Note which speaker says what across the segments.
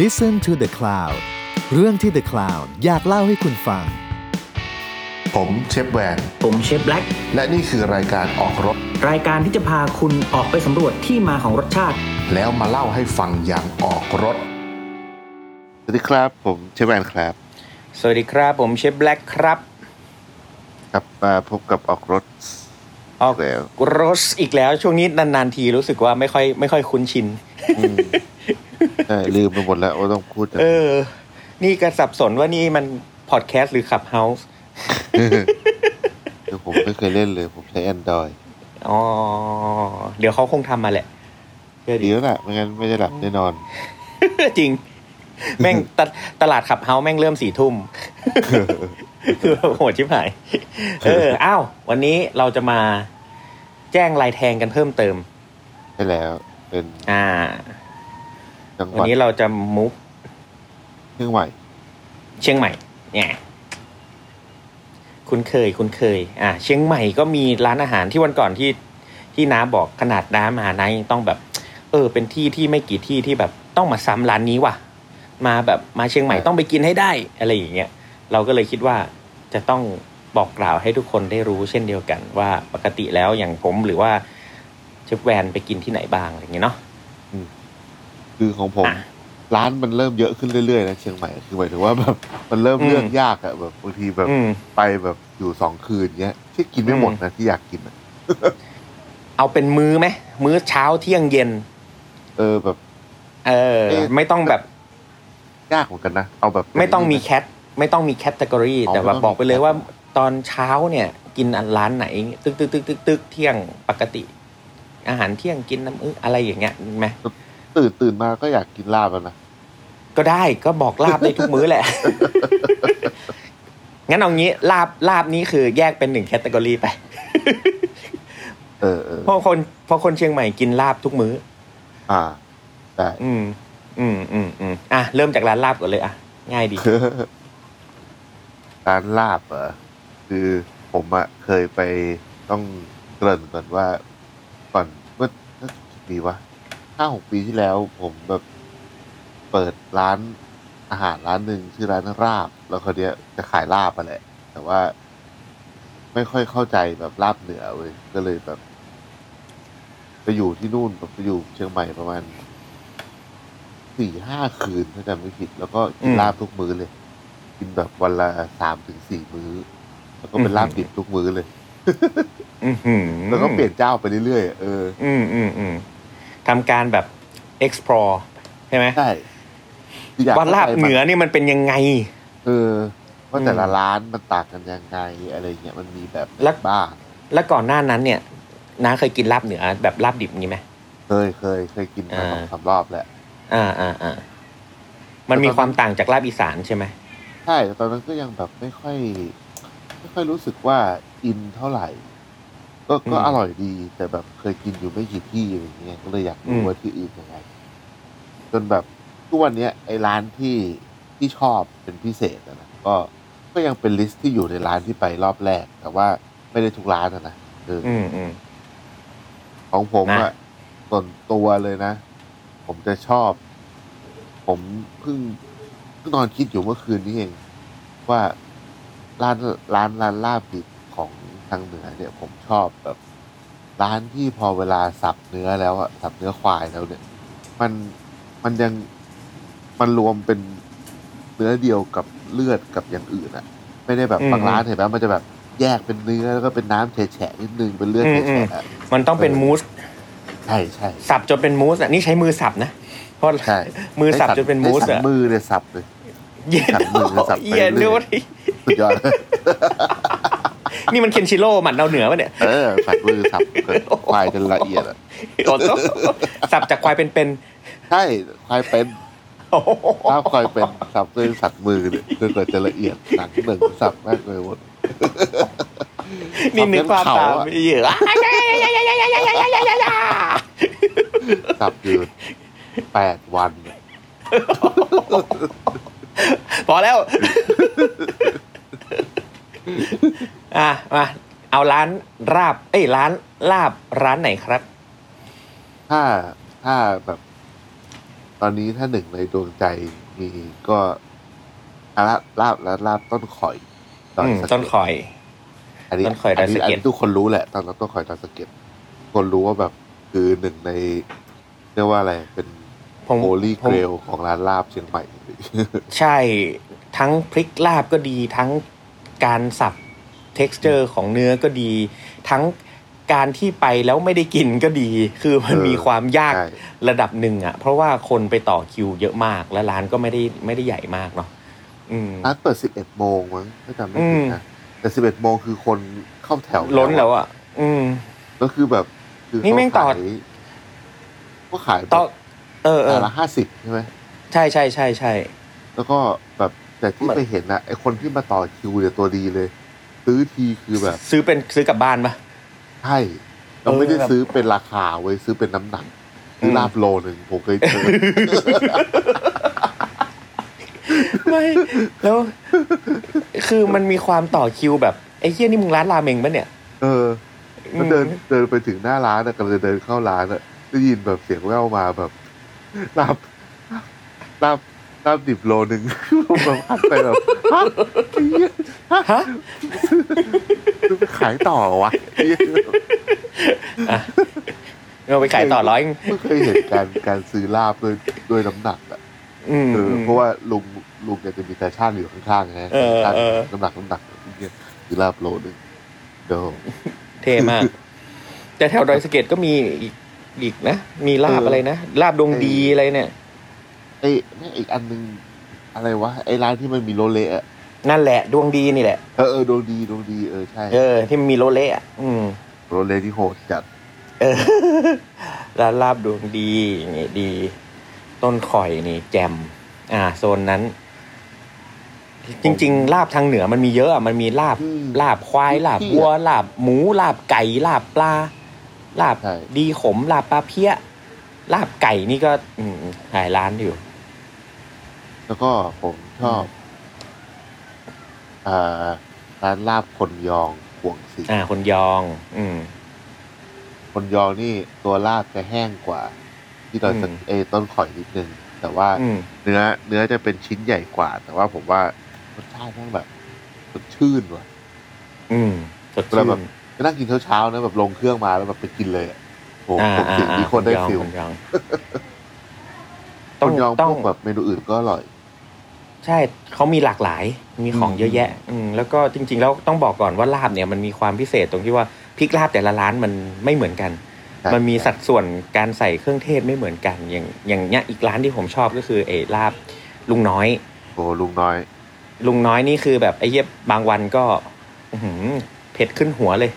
Speaker 1: Listen to the Cloud เรื่องที่ The Cloud อยากเล่าให้คุณฟัง
Speaker 2: ผมเชฟแวน
Speaker 3: ผมเชฟแบล็ก
Speaker 2: และนี่คือรายการออกรถ
Speaker 3: รายการที่จะพาคุณออกไปสำรวจที่มาของรสชาติ
Speaker 2: แล้วมาเล่าให้ฟังอย่างออกรถ
Speaker 4: สวัสดีครับ ผมเชฟแวนครับ
Speaker 3: สวัสดีครับ ผมเชฟแบล็กครับ
Speaker 4: กลับมาพบกับออกรถ
Speaker 3: ออก
Speaker 4: แล้ว
Speaker 3: รสอีกแล้วช่วงนี้นานๆทีรู้สึกว่าไม่ค่อยไม่ค่อยคุ้นชิน
Speaker 4: เอ่อลืมไปหมดแล้วว่าต้องพูด
Speaker 3: เออ นี่ก็สับสนว่านี่มันพอดแคสต์หรือขับเฮาส์
Speaker 4: คือผมไม่เคยเล่นเลย ผมใช้ Android
Speaker 3: อ๋อ เดี๋ยวเขาคงทำมาแหละ
Speaker 4: ดีแล้วล่ะไม่งั้นไม่ได้หลับแน่นอน
Speaker 3: จริง แม่ง ตะตลาดขับเฮาส์แม่งเริ่มสี่ ทุ่ม คือแบบโหดชิบหาย เอ อ อ้าว วันนี้เราจะมาแจ้งลายแทงกันเพิ่มเติม
Speaker 4: ได้แล้ว เป็น
Speaker 3: อ่า
Speaker 4: จังห
Speaker 3: วัน
Speaker 4: วัด
Speaker 3: นี้เราจะมุก
Speaker 4: เครื่องใหม่
Speaker 3: เชียงใหม่ เนี่ยคุณเคยคุณเคย อ่า เชียงใหม่ก็มีร้านอาหารที่วันก่อนที่ที่น้าบอกขนาดน้ามาน้ายังต้องแบบ เออ เป็นที่ที่ไม่กี่ที่ที่แบบต้องมาซ้ำร้านนี้ว่ะ มาแบบมาเชียงใหม่
Speaker 4: ครับ
Speaker 3: ต้องไปกินให้ได้อะไรอย่างเงี้ยเราก็เลยคิดว่าจะต้องบอกกล่าวให้ทุกคนได้รู้เช่นเดียวกันว่าปกติแล้วอย่างผมหรือว่าเชฟแวนไปกินที่ไหนบ้างอะไรอย่างเงี้ยเนาะ
Speaker 4: คือของผม
Speaker 3: อ่ะ
Speaker 4: ร้านมันเริ่มเยอะขึ้นเรื่อยๆนะเชียงใหม่คือหมายถึง ว่าแบบมันเริ่มเลือกยากอะแบบบางทีแบบ
Speaker 3: อืม
Speaker 4: ไปแบบอยู่สองคืนเงี้ยที่กินไม่หมดนะที่อยากกินอะ
Speaker 3: เอาเป็นมื้อไหมมื้อเช้าเที่ยงเย็น
Speaker 4: เออแบบ
Speaker 3: เออ
Speaker 4: เอ๊ะ
Speaker 3: ไม่ต้องแบบ
Speaker 4: ยากเหมือนกันนะเอาแบบ
Speaker 3: ไม่ต้องมีแคทไม่ต้องมีแคตตากรี
Speaker 4: อ๋อ
Speaker 3: แต่ว่า
Speaker 4: ไม่ต้องมี
Speaker 3: บอกไปเลย
Speaker 4: แคต
Speaker 3: ว่าตอนเช้าเนี่ย กินร้านไหน ตึกตึกตึกตึกตึกเที่ยงปกติ อาหารเที่ยงกินน้ำอึอะไรอย่างเงี้ยมีไหม
Speaker 4: ตื่นตื่นมาก็อยากกินลาบแล้วนะ
Speaker 3: ก็ได้ก็บอกลาบได้ทุกมื้อแหละ งั้นเอางี้ลาบลาบนี้คือแยกเป็นหนึ่งแคตตากรีไป
Speaker 4: เออเออ
Speaker 3: เพราะคนเพราะคนเชียงใหม่กินลาบทุกมื้อ
Speaker 4: อ่าได้
Speaker 3: อืม อืมอืมอืมอ่ะเริ่มจากร้านลาบก่อนเลยอ่ะง่ายดี
Speaker 4: ร้านลาบเหรอคือผมอะเคยไปต้องเกริ่นก่อนว่า ก่อนเมื่อน่าจะกี่ปีวะห้าหกปีที่แล้ว ผมแบบเปิดร้านอาหารร้านหนึ่งชื่อร้านราบ แล้วเขาวเนี้ยจะขายลาบมาแหละ แต่ว่า ไม่ค่อยเข้าใจแบบลาบเหนือเว้ยก็เลยแบบ ไปอยู่ที่นู่นแบบไปอยู่เชียงใหม่ประมาณสี่ห้าคืนถ้าจำไม่ผิด แล้วก็กิน
Speaker 3: อืม
Speaker 4: ลาบทุกมื้อเลย กินแบบวันละสามถึงสี่มื้อ แล้วก็เป็น
Speaker 3: อืม
Speaker 4: ลาบดิบทุกมื้อเลย
Speaker 3: อื้อหือ
Speaker 4: แล้วก็เปลี่ยนเจ้าไปเรื่อยๆเออ
Speaker 3: อืมอืมอืมทำการแบบ explore ใช่ไหม
Speaker 4: ใช่คืออยก
Speaker 3: ว่าลาบ
Speaker 4: ข้ใจแบ
Speaker 3: เห
Speaker 4: บ
Speaker 3: นือนี่มันเป็นยังไง
Speaker 4: เออว่าแต่ละร้านมันต่างกันยังไงอะไรเงี้ยมันมีแบบไหน
Speaker 3: แล้ว
Speaker 4: บ้าง
Speaker 3: แล้วก่อนหน้านั้นเนี่ยน้าเคยกินลาบเหนือแบบลาบดิบอย่างนี้ไหม
Speaker 4: เคยเคยเคยกินมา
Speaker 3: อ่า
Speaker 4: สองสามรอบแล้ว
Speaker 3: อ่าอ่าอ่ามันมีความต่างจากลาบอีสานใช่ไหม
Speaker 4: ใช่แต่ตอนนั้นก็ยังแบบไม่ค่อย ไม่ค่อยรู้สึกว่าอินเท่าไหร่ ก็ก็อร่อยดีแต่แบบเคยกินอยู่ไม่กี่ที่อะไรเงี้ยก็เลยอยากรู้ว่าที่อื่นยังไง จนแบบทุกวันเนี้ยไอ้ร้านที่ที่ชอบเป็นพิเศษอะนะก็ก็ยังเป็นลิสต์ที่อยู่ในร้านที่ไปรอบแรก แต่ว่าไม่ได้ทุกร้านอะนะเอออ
Speaker 3: อืมอืม
Speaker 4: ของผม
Speaker 3: นะ
Speaker 4: อะส่วนตัวเลยนะ ผมจะชอบ ผมเพิ่งเพิ่งนอนคิดอยู่เมื่อคืนนี้เอง ว่าร้านร้านร้านลาบดิบของทางเหนือเนี่ย ผมชอบแบบ ร้านที่พอเวลาสับเนื้อแล้วอะสับเนื้อควายแล้วเนี่ย มันมันยังมันรวมเป็นเนื้อเดียวกับเลือดกับอย่างอื่นอะไม่ได้แบบ
Speaker 3: อืม
Speaker 4: บางร้านเห็นไหมมันจะแบบแยกเป็นเนื้อแล้วก็เป็นน้ำแฉะๆนิดนึงเป็นเลือด
Speaker 3: อืม
Speaker 4: แฉะๆอะ
Speaker 3: มันต้องเป็นมูส
Speaker 4: ใช่ใช่
Speaker 3: สับจนเป็นมูสอ่ะนี่ใช้มือสับนะเพราะ
Speaker 4: ใช่
Speaker 3: มือสับจนเป็นมูส
Speaker 4: ใช้สั
Speaker 3: อะ
Speaker 4: นมือเลยสับเลย
Speaker 3: เย็น
Speaker 4: สับมือสับไปเรื่อย
Speaker 3: เย็นดูดิ
Speaker 4: สุดยอด
Speaker 3: นี่มันเคนชิโร่หมัดเราเหนือปะเนี่ย
Speaker 4: เออสับมือสับเกิดควายจนละเอียดอะ
Speaker 3: โอ้โหสับจากควายเป็น
Speaker 4: ใช่ควายเป็น
Speaker 3: ๆโอ้โห
Speaker 4: ลาบควายเป็นสับด้วยสัตว์มือเนี่ยจนกว่าจะละเอียดหนังหนึ่งสับมากเลยหมด
Speaker 3: นี่นึกความตาม
Speaker 4: สับเป็นเขาอะ
Speaker 3: ไม่เยอะ
Speaker 4: สับอยู่แปดวันเนี่ย
Speaker 3: พอแล้ว อ่ะมาเอาร้านราบ เอ้ยร้านลาบร้านไหนครับ
Speaker 4: ถ้าถ้าแบบ ตอนนี้ถ้าหนึ่งในดวงใจมีก็อาราลาบและลาบต้นข่อยดย
Speaker 3: อืม
Speaker 4: สะเก็ด
Speaker 3: ต้นคอย
Speaker 4: อันนี้
Speaker 3: ต้นข่อยดอ
Speaker 4: น
Speaker 3: ย
Speaker 4: นี้
Speaker 3: สะเก็ด
Speaker 4: นนี้ทุกคนรู้แหละ ตอนนั้นต้นข่อยดอยสะเก็ดทุกคนรู้ว่าแบบคือหนึ่งในเรียกว่าอะไรเป็น
Speaker 3: ผม
Speaker 4: โอลี่
Speaker 3: ผ
Speaker 4: เก
Speaker 3: ม
Speaker 4: รลของร้านลาบเชียงใหม่
Speaker 3: ใช่ทั้งพริกลาบก็ดีทั้งการสับ t e x t อร์ของเนื้อก็ดี ทั้งการที่ไปแล้วไม่ได้กินก็ดี คือมัน
Speaker 4: เออ
Speaker 3: มีความยาก
Speaker 4: ใช่
Speaker 3: ระดับหนึ่งอะเพราะว่าคนไปต่อคิวเยอะมาก และร้านก็ไม่ได้ไม่ได้ใหญ่มากเนาะอืม
Speaker 4: ร้านเปิด 11 โมงมั้งถ้าจำไม่ผิดนะ แต่ 11 โมงคือคนเข้าแถว
Speaker 3: ล้นแล้วอะอืม
Speaker 4: ก็คือแบบคือ
Speaker 3: นี่แม่งต่อ
Speaker 4: เขาขายก็ขาย
Speaker 3: ต่อเออเออ
Speaker 4: แต่ละห้าสิบใช่ไหม
Speaker 3: ใช่ใช่ใช่ใช่
Speaker 4: แล้วก็แบบแต่ที่
Speaker 3: มัน
Speaker 4: ไปเห็นนะไอคนที่มาต่อคิวเนี่ยตัวดีเลย ซื้อทีคือแบบ
Speaker 3: ซื้อเป็นซื้อกลับบ้านปะ
Speaker 4: ใช่เรา
Speaker 3: เออ
Speaker 4: ไม่ได้
Speaker 3: แบบ
Speaker 4: ซื้อเป็นราคาเว้ยซื้อเป็นน้ำหนักซื้ออ
Speaker 3: ม
Speaker 4: ลาบโลหนึ่งผมเคยเจ อ
Speaker 3: ไม่แล้ว คือมันมีความต่อคิวแบบไอ้เฮี้ยนี่มึงร้านราเมงปะเนี่ย
Speaker 4: เออ
Speaker 3: อื
Speaker 4: ก็
Speaker 3: ม
Speaker 4: เดินเดินไปถึงหน้าร้านอะกำลังจะเดินเข้าร้านอะได้ยินแบบเสียงแว่วมาแบบลาบลาบลาบดิบโลหนึ่ง ผมแบบหันไปแบบฮะไอ้เหี้ย
Speaker 3: ฮะ
Speaker 4: ไปขายต่อวะไอ้เหี้ย
Speaker 3: เรา ไปขายต่อร้อย
Speaker 4: ไม่เคยเห็นการการซื้อลาบด้วยด้วยน้ำหนักอะ
Speaker 3: อืม
Speaker 4: เออเพราะว่าลุงลุงแกจะมีแฟชั่นอยู่ข้างๆนะ
Speaker 3: เออ
Speaker 4: แฟชั่น
Speaker 3: เออ
Speaker 4: น้ำหนักน้ำหนักเนี่ยคือลาบโลนึงเดี๋ยว
Speaker 3: เท่มาก แต่แถวดอยสะเก็ดก็มีอีกอีกนะ มีลาบ
Speaker 4: เอออ
Speaker 3: อะไรนะลาบดวง
Speaker 4: ไอ้
Speaker 3: ดีอะไรเนี่ย
Speaker 4: ไอ้แม่งอีกอันนึงอะไรวะไอ้ร้านที่มันมีโลเละอะ
Speaker 3: นั่นแหละ ดวงดีนี่แหละ
Speaker 4: เออเออดวงดีดวงดีเออใช่
Speaker 3: เออ ที่มันมีโรเล่อะอืม
Speaker 4: โลเละที่โหดจัด
Speaker 3: เออ ร้านลาบดวงดีอย่างเงี้ยดี ต้นข่อยนี่แจม อ่า โซนนั้น จริง ๆ ลาบทางเหนือมันมีเยอะอะมันมีลาบ
Speaker 4: อืม
Speaker 3: ลาบควายลาบ
Speaker 4: ที่
Speaker 3: วัวลาบหมูลาบไก่ลาบปลา ลาบ
Speaker 4: ใช่
Speaker 3: ดีขมลาบปลาเพี้ยลาบไก่นี่ก็ อืมหลายร้านอยู่
Speaker 4: แล้วก็ผมชอบอ่าร้านลาบคนยองห่วงสี
Speaker 3: อ่า คนยอง อืม
Speaker 4: คนยองนี่ตัวลาบจะแห้งกว่า ที่เราจะ
Speaker 3: อืม
Speaker 4: เอยต้นข่อยนิดนึงแต่ว่า
Speaker 3: อืม
Speaker 4: เนื้อเนื้อจะเป็นชิ้นใหญ่กว่า แต่ว่าผมว่ารสชาติแม่งแบบสดชื่นว่ะ
Speaker 3: อืมสด
Speaker 4: แล้
Speaker 3: ชื่
Speaker 4: วแบบ
Speaker 3: น
Speaker 4: ก็นั่งกินเช้าๆนะแบบลงเครื่องมาแล้วแบบไปกินเลยอะโอ้โห
Speaker 3: อ่า
Speaker 4: ผม
Speaker 3: อ่า
Speaker 4: สิ่ง
Speaker 3: อ่า
Speaker 4: ที่คนได้
Speaker 3: ยอง
Speaker 4: ฟิล
Speaker 3: คนยอง
Speaker 4: คนยองพวกแบบเมนูอื่นก็อร่อย
Speaker 3: ใช่เขามีหลากหลาย มีของ
Speaker 4: อืม
Speaker 3: เยอะแยะ อืมแล้วก็จริง ๆ แล้วต้องบอกก่อนว่าลาบเนี่ยมันมีความพิเศษตรงที่ว่าพริกลาบแต่ละร้านมันไม่เหมือนกัน
Speaker 4: ใช่
Speaker 3: มันมีสัดส่วนการใส่เครื่องเทศไม่เหมือนกัน อย่างอย่างเนี้ยอีกร้านที่ผมชอบก็คือเอลาบลุงน้อย
Speaker 4: โอ้ลุงน้อย
Speaker 3: ลุงน้อยนี่คือแบบไอ้เย็บบางวันก็อื้อหือเผ็ดขึ้นหัวเลย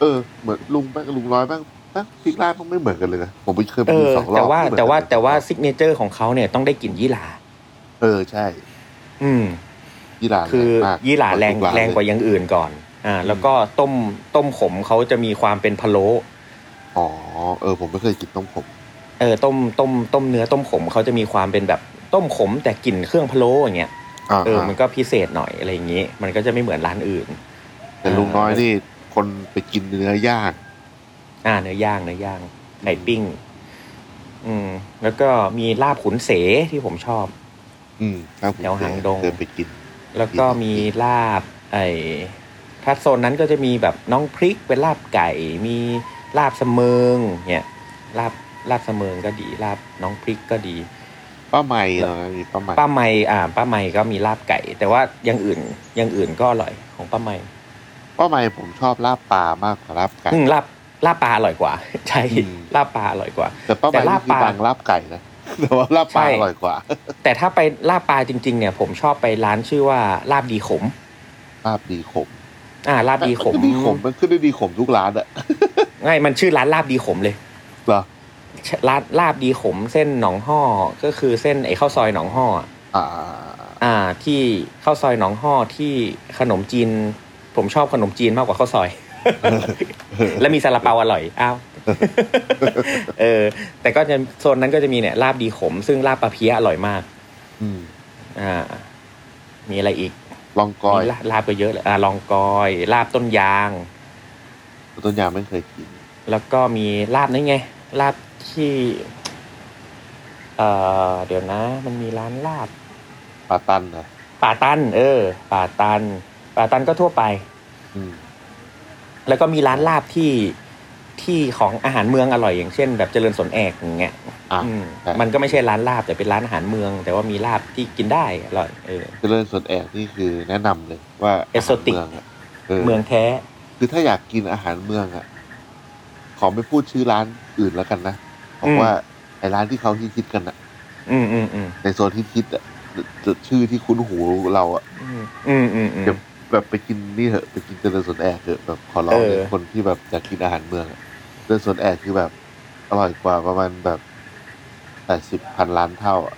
Speaker 4: เออเหมือนลุงแม่งลุงน้อยแม่งแม่งพริกลาบแม่งไม่เหมือนกันเลยนะผมไปเคยไป
Speaker 3: เอ
Speaker 4: กิน
Speaker 3: อ
Speaker 4: สองรอบ
Speaker 3: แต่ว่า
Speaker 4: ไม่เหมือน
Speaker 3: แต่ว่า
Speaker 4: กันเลย
Speaker 3: แต่ว่าซิกเนเจอร์ของเขาเนี่ยต้องได้กลิ่นยี่หร่า
Speaker 4: เออใช่
Speaker 3: อืม
Speaker 4: ยี่หร่า
Speaker 3: คือ
Speaker 4: แรงมาก
Speaker 3: ยี่หร่าแรง
Speaker 4: ทุน
Speaker 3: แรงกว่าอย่างอื่นก่อน อ่า แล้วก็ต้มต้มขมเขาจะมีความเป็นพะโล้
Speaker 4: อ๋อเออผมไม่เคยกินต้มผม
Speaker 3: เออต้มต้มต้มเนื้อต้มขมเขาจะมีความเป็นแบบต้มขม แต่กลิ่นเครื่องพะโล้อย่างเงี้ย
Speaker 4: อ่า
Speaker 3: เออมันก็พิเศษหน่อยอะไรอย่างงี้ มันก็จะไม่เหมือนร้านอื่น
Speaker 4: แต่ลุงน้อยนี่คนไปกินเนื้อย่าง
Speaker 3: อ่าเนื้อย่างเนื้อย่างไก่ปิ้ง อืม แล้วก็มีลาบขุนเสที่ผมชอบ
Speaker 4: อืมครับผม
Speaker 3: แถวหางดง
Speaker 4: เคยไปกิน
Speaker 3: แล้วก็มีลาบ ไอ้ถ้าโซนนั้นก็จะมีแบบน้องพริกเป็นลาบไก่ มีลาบเสมิงเนี่ยลาบลาบเสมิงก็ดี ลาบน้องพริกก็ดี
Speaker 4: ป้าใหม่เหรอมีป้าใหม่
Speaker 3: ป้าไม่อ่า ป้าไม่ก็มีลาบไก่ แต่ว่าอย่างอื่นอย่างอื่นก็อร่อยของป้าไม่
Speaker 4: ป้าใหม่ผมชอบลาบปลามากกว่าลาบไก่
Speaker 3: อืมลาบลาบปลาอร่อยกว่า ใช่
Speaker 4: อืม
Speaker 3: ลาบปลาอร่อยกว่า
Speaker 4: แต่ป้าใหม่
Speaker 3: แต่ลาบ
Speaker 4: นี่คือ
Speaker 3: ปลา
Speaker 4: บางลาบไก่นะ แต่ว่าลาบปลา
Speaker 3: ใช่
Speaker 4: อร่อยกว่า
Speaker 3: แต่ถ้าไปลาบปลาจริง ๆ เนี่ย ผมชอบไปร้านชื่อว่าลาบดีขม
Speaker 4: ลาบดีขม
Speaker 3: อ่า ลาบดีขม
Speaker 4: นขึ้นดีขมมันขึ้นได้ดีขมทุกร้านอะ
Speaker 3: ง่ายมันชื่อร้านลาบดีขมเลย
Speaker 4: เหรอ
Speaker 3: ลาบลาบดีขมเส้นหนองห้อก็คือเส้นไอ้ข้าวซอยหนองห้ออ่ะ
Speaker 4: อ่า
Speaker 3: อ่า ที่ข้าวซอยหนองห้อที่ขนมจีน ผมชอบขนมจีนมากกว่าข้าวซอย และมีซาลาเปาอร่อย อ้าวเออ แต่ก็จะโซนนั้นก็จะมีเนี่ยลาบดีขม ซึ่งลาบปลาเพี้ยอร่อยมาก
Speaker 4: อืม
Speaker 3: อ่า มีอะไรอีก
Speaker 4: ลองกอย
Speaker 3: มีลาลาบก็เยอะเลยอ่าลองกอย ลาบต้นยาง
Speaker 4: ต้นยางไม่เคยกิน
Speaker 3: แล้วก็มีลาบนั่นไงลาบที่ เอ่อเดี๋ยวนะ มันมีร้านลาบ
Speaker 4: ปาตันนะ
Speaker 3: ป่าตัน เออ ป่าตัน ป่าตันก็ทั่วไป
Speaker 4: อืม
Speaker 3: แล้วก็มีร้านลาบที่ที่ของอาหารเมืองอร่อยอย่างเช่น แบบเจริญสนแอกอย่างเงี้ย
Speaker 4: อ่ะ
Speaker 3: อืม
Speaker 4: ครับ
Speaker 3: มันก็ไม่ใช่ร้านลาบแต่เป็นร้านอาหารเมือง แต่ว่ามีลาบที่กินได้อร่อยเออ
Speaker 4: เจริญสวนแอกนี่คือแนะนำเลยว่าาหาร
Speaker 3: Exotic
Speaker 4: เมืองอะเออ
Speaker 3: เมืองแท้
Speaker 4: คือถ้าอยากกินอาหารเมืองอ่ะ ขอไม่พูดชื่อร้านอื่นแล้วกันนะบอ
Speaker 3: อื
Speaker 4: ก
Speaker 3: ม
Speaker 4: ว่าไอ้ร้านที่เขาฮิตๆกันอ่ะ
Speaker 3: อืมอืมอืม
Speaker 4: ในโซนที่ฮิตอ่ะชื่อที่คุ้นหูเราอ่ะ
Speaker 3: อืมอืมอืมอืม
Speaker 4: เดี๋ยวแบบไปกินนี่เถอะไปกินเจริญสวนแอกเถอะแบบขอร้องเลย
Speaker 3: เออ
Speaker 4: คนที่แบบอยากกินอาหารเมืองอะเจริญสวนแอกคือแบบอร่อยกว่าประมาณแบบแปดสิบพันล้านเท่าอะ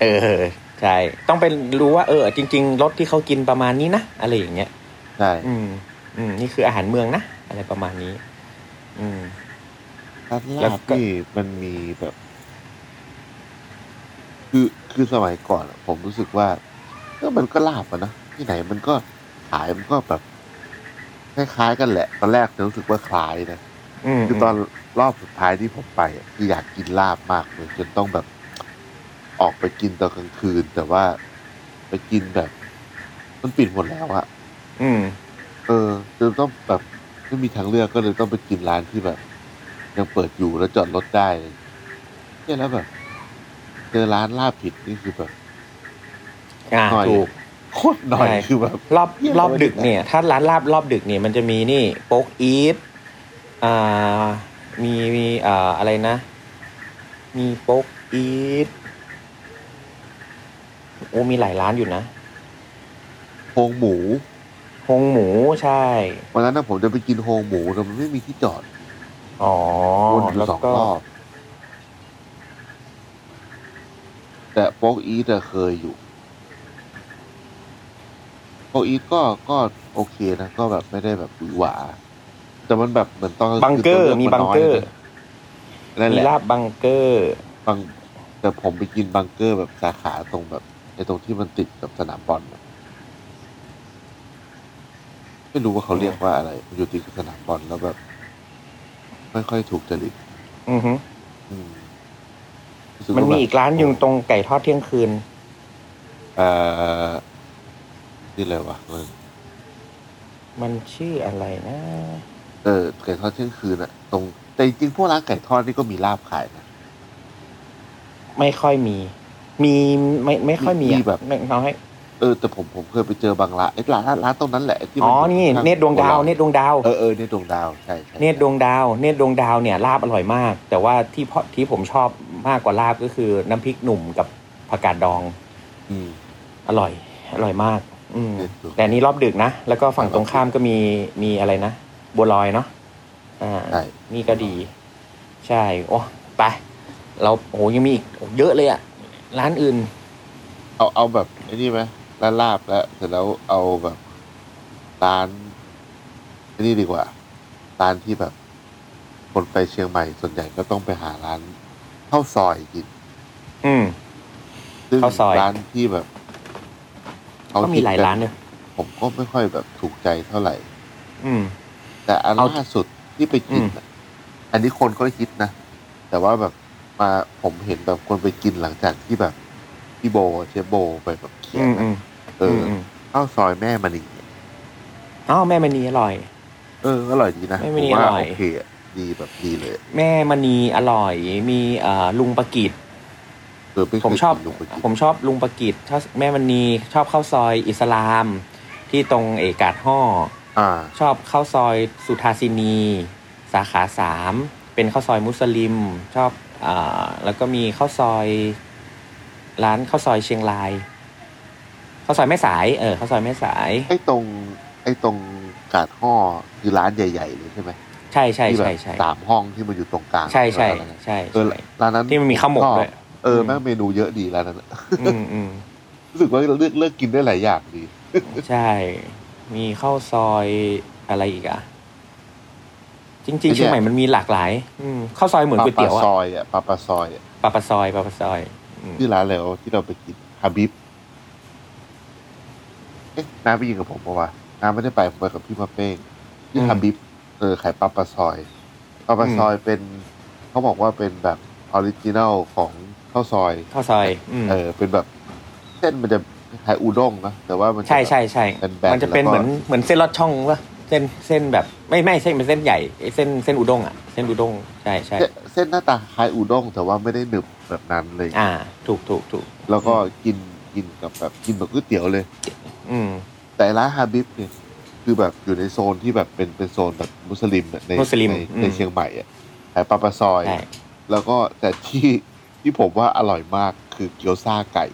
Speaker 3: เออใช่ ต้องไปรู้ว่าเออ จริง ๆรสที่เขากินประมาณนี้นะอะไรอย่างเงี้ย
Speaker 4: ใช่
Speaker 3: อืม อืม นี่คืออาหารเมืองนะ อะไรประมาณนี้ อืม
Speaker 4: ร้าน
Speaker 3: แล้ว
Speaker 4: ลาบ
Speaker 3: ก็
Speaker 4: นี่มันมีแบบ คือคือสมัยก่อนอะผมรู้สึกว่าก็มันก็ลาบอะนะที่ไหนมันก็ขายมันก็แบบคล้ายๆกันแหละตอนแรกรู้สึกว่าคล้ายนะ
Speaker 3: อืม
Speaker 4: คือตอนรอบสุดท้ายที่ผมไปอะคืออยากกินลาบมากเลยจนต้องแบบออกไปกินตอนกลางคืน แต่ว่าไปกินแบบ มันปิดหมดแล้วอะ
Speaker 3: อืม
Speaker 4: เออจนต้องแบบไม่มีทางเลือกก็เลยต้องไปกินร้านที่แบบ ยังเปิดอยู่แล้วจอดรถได้เลยเนี่ยแล้วแบบเจอร้านลาบผิดนี่คือแบบ
Speaker 3: อ่า
Speaker 4: หน่อย
Speaker 3: ถูก
Speaker 4: โคตรหน่อย
Speaker 3: ใช่
Speaker 4: คือแบบ
Speaker 3: รอบ
Speaker 4: เยี่ยม
Speaker 3: รอบ
Speaker 4: เลย
Speaker 3: ดึกเนี่ย ถ้าร้านลาบรอบดึกเนี่ยมันจะมีนี่โป๊กอีฟอ่ามีมีอ่าอะไรนะ มีโป๊กอีฟโอ้มีหลายร้านอยู่นะ
Speaker 4: โฮงหมู
Speaker 3: ฮงหมูใช่
Speaker 4: วันนั้นนะผมจะไปกินโฮงหมูแต่มันไม่มีที่จอด
Speaker 3: อ๋อ
Speaker 4: วนอยู่
Speaker 3: แล้ว
Speaker 4: สอง
Speaker 3: ก็
Speaker 4: รอบแต่โป๊กอีทอะเคยอยู่ โป๊กอีทก็ก็โอเคนะก็แบบไม่ได้แบบหวือหวา แต่มันแบบเหมือนตอน
Speaker 3: บังเกอร์
Speaker 4: คื
Speaker 3: มี
Speaker 4: ตัวลื
Speaker 3: บังเกอร์
Speaker 4: นน้ยนะนั่นแห
Speaker 3: มี
Speaker 4: ละ
Speaker 3: ลาบบังเกอร์
Speaker 4: บังแต่ผมไปกินบังเกอร์แบบสาขาตรงแบบไอ้ตรงที่มันติดกับสนามบอลน่ะไม่รู้ว่าเขาเรียกว่าอะไรมันอยู่ติดกับสนามบอลแล้วแบบไม่ค่อยถูกจริต
Speaker 3: อือฮึ
Speaker 4: อืมรู้สึ
Speaker 3: มัน
Speaker 4: ว่าแบ
Speaker 3: มี
Speaker 4: บ
Speaker 3: อีกร้านอยู่ตรงไก่ทอดเที่ยงคืน
Speaker 4: เอ่อนี่อะไรวะเออ
Speaker 3: มันชื่ออะไรนะ
Speaker 4: เออไก่ทอดเที่ยงคืนอะตรงแต่จริงๆพวกร้านไก่ทอดนี่ก็มีลาบขายนะ
Speaker 3: ไม่ค่อยมี มีไม่ไม่ค่อยมี
Speaker 4: มี
Speaker 3: อะ
Speaker 4: แบบ
Speaker 3: ไม่น้อย
Speaker 4: เออแต่ผมผมเคยไปเจอบางร้านไอ้ร้านร้านตรงนั้นแหละไที่มั
Speaker 3: อ๋อ นี่
Speaker 4: ข้ง
Speaker 3: เนตรดวงดาว เนตรดวงดาว
Speaker 4: เออเออเนตรดวงดาวใช่ใช่
Speaker 3: เนตรดวงดาว เนตรดวงดาวเนี่ยลาบอร่อยมาก แต่ว่าที่เพราะที่ผมชอบมากกว่าลาบก็คือน้ำพริกหนุ่มกับผักกาดดอง
Speaker 4: อืม
Speaker 3: อร่อย อร่อยมาก อืม
Speaker 4: เนตรดวงดาว
Speaker 3: แต่อันนี้รอบดึกนะ แล้วก็ฝั่งตรงข้ามก็มีมีอะไรนะ บัวลอยเนาะ อ่า
Speaker 4: ใช่
Speaker 3: นี่ก็ดี ใช่ โอ้ไป เราโอ้ยังมีอีกเยอะเลยอะร้านอื่น
Speaker 4: เอาเอาแบบไอ้นี่ไหมร้านลาบแล้วเสร็จแล้วเอาแบบร้านไอ้นี่ดีกว่าร้านที่แบบ คนไปเชียงใหม่ส่วนใหญ่ก็ต้องไปหาร้านข้าวซอยกิน
Speaker 3: อืม
Speaker 4: ซึ่ง
Speaker 3: ข้าวซอย
Speaker 4: ร้านที่แบบ
Speaker 3: ก็มีหลายร้าน
Speaker 4: คิด
Speaker 3: เลย
Speaker 4: กันผมก็ไม่ค่อยแบบถูกใจเท่าไหร่
Speaker 3: อืม
Speaker 4: แต่อัน
Speaker 3: เอา
Speaker 4: ล่าสุดที่ไปกิน
Speaker 3: อืม
Speaker 4: น่ะอันนี้คนก็คิดนะ แต่ว่าแบบมาผมเห็นแบบคนไปกินหลังจากที่แบบพี่โบเชฟโบไปแบบเขีย
Speaker 3: อื
Speaker 4: น
Speaker 3: ม
Speaker 4: น่ะ
Speaker 3: อืม
Speaker 4: เอออ
Speaker 3: ม
Speaker 4: ข้าวซอยแม่มันี
Speaker 3: อ้าวแม่มณีอร่อย
Speaker 4: เอออร่อยดีนะ
Speaker 3: แม่
Speaker 4: ผม
Speaker 3: มณี
Speaker 4: ว่า
Speaker 3: อร่อย
Speaker 4: โอเคอะดีแบบดีเลย
Speaker 3: แม่มณีอร่อย มีเอ่อลุงประกิต
Speaker 4: เออไม่เค
Speaker 3: ผม
Speaker 4: ย
Speaker 3: ชอบ
Speaker 4: กินลงไปกิน
Speaker 3: ผมชอบลุงประกิตชอบแม่มณีชอบข้าวซอยอิสลาม ที่ตรงเอกาดห่อ
Speaker 4: อ่า
Speaker 3: ชอบข้าวซอยสุทาสินี สาขาสามเป็นข้าวซอยมุสลิม ชอบเอ่อแล้วก็มีข้าวซอย ร้านข้าวซอยเชียงรายข้าวซอยแม่สายเออข้าวซอยแม่สาย
Speaker 4: ไอ้ตรง ไอ้ตรงกาดห่อคือร้านใหญ่ๆเลยใช่ไหม
Speaker 3: ใช่ใช่
Speaker 4: ที่แบบ
Speaker 3: ใช่ใช่
Speaker 4: สามห้องที่มันอยู่ตรงกลาง
Speaker 3: ใช่ใช่
Speaker 4: ร้านนั้นอะ
Speaker 3: ใช่
Speaker 4: เออ
Speaker 3: ใช่
Speaker 4: ร้านนั้น
Speaker 3: ที่มันมีข้าวหมกด้วย
Speaker 4: ชอบเออแม่งเมนูเยอะดีร้านนั้น
Speaker 3: อืมอืม
Speaker 4: รู้สึกว่าเลือกเลือกกินได้หลายอย่างดี
Speaker 3: ใช่ มีข้าวซอยอะไรอีกอะจริง ๆ เชียงใหม่มันมีหลากหลาย อืมข้าวซอยเหมือน
Speaker 4: ปลา
Speaker 3: ก๋วย
Speaker 4: ปลา
Speaker 3: เตี๋ยวอะ
Speaker 4: ซอยอ่ะปลาปลาซอยอ่ะ
Speaker 3: ปลาปลาซอยปลาปลาซอยอืม
Speaker 4: ที่ร้านแล้วที่เราไปกินฮาบิบเอ๊ะน้าไปยินกับผมปะวะน้าไม่ได้ไปผมไปกับพี่มาเป้งที่ฮาบิบเออขายปลาปลาซอยปลาปลาซอยเป็น เขาบอกว่าเป็นแบบ ออริจินัลของข้าวซอย
Speaker 3: ข้าวซอยอืม
Speaker 4: เออเป็นแบบ เส้นมันจะคล้ายๆอูด้งนะแต่ว่ามันจะ
Speaker 3: ใช่ใช่ใช่
Speaker 4: เป็นแบบ
Speaker 3: มันจะเป็นเหมือนเหมือนเส้นลอดช่องวะเส้นเส้นแบบไม่ไม่เส้นเป็นเส้นใหญ่ไอ้เส้นเส้นอุด้งอ่ะเส้นอุด้งใช่ใช่
Speaker 4: แล้วก็เส้นเส้นหน้าตาคล้ายอูด้งแต่ว่าไม่ได้หนึบแบบนั้นเลย
Speaker 3: อ่า ถูกถูกถูก
Speaker 4: แล้วก็กินกินกับแบบกินแบบก๋วยเตี๋ยวเลย
Speaker 3: อืม
Speaker 4: แต่ร้านฮาบิบเนี่ยคือแบบอยู่ในโซนที่แบบเป็นเป็นโซนแบบมุสลิมอะใน
Speaker 3: มุสลิม
Speaker 4: ใน
Speaker 3: อื
Speaker 4: ใน
Speaker 3: ม
Speaker 4: เชียงใหม่อะแถวปาปาซอย
Speaker 3: ใช่
Speaker 4: แล้วก็แต่ที่ที่ผมว่าอร่อยมากคือเกี๊ยวซ่าไก่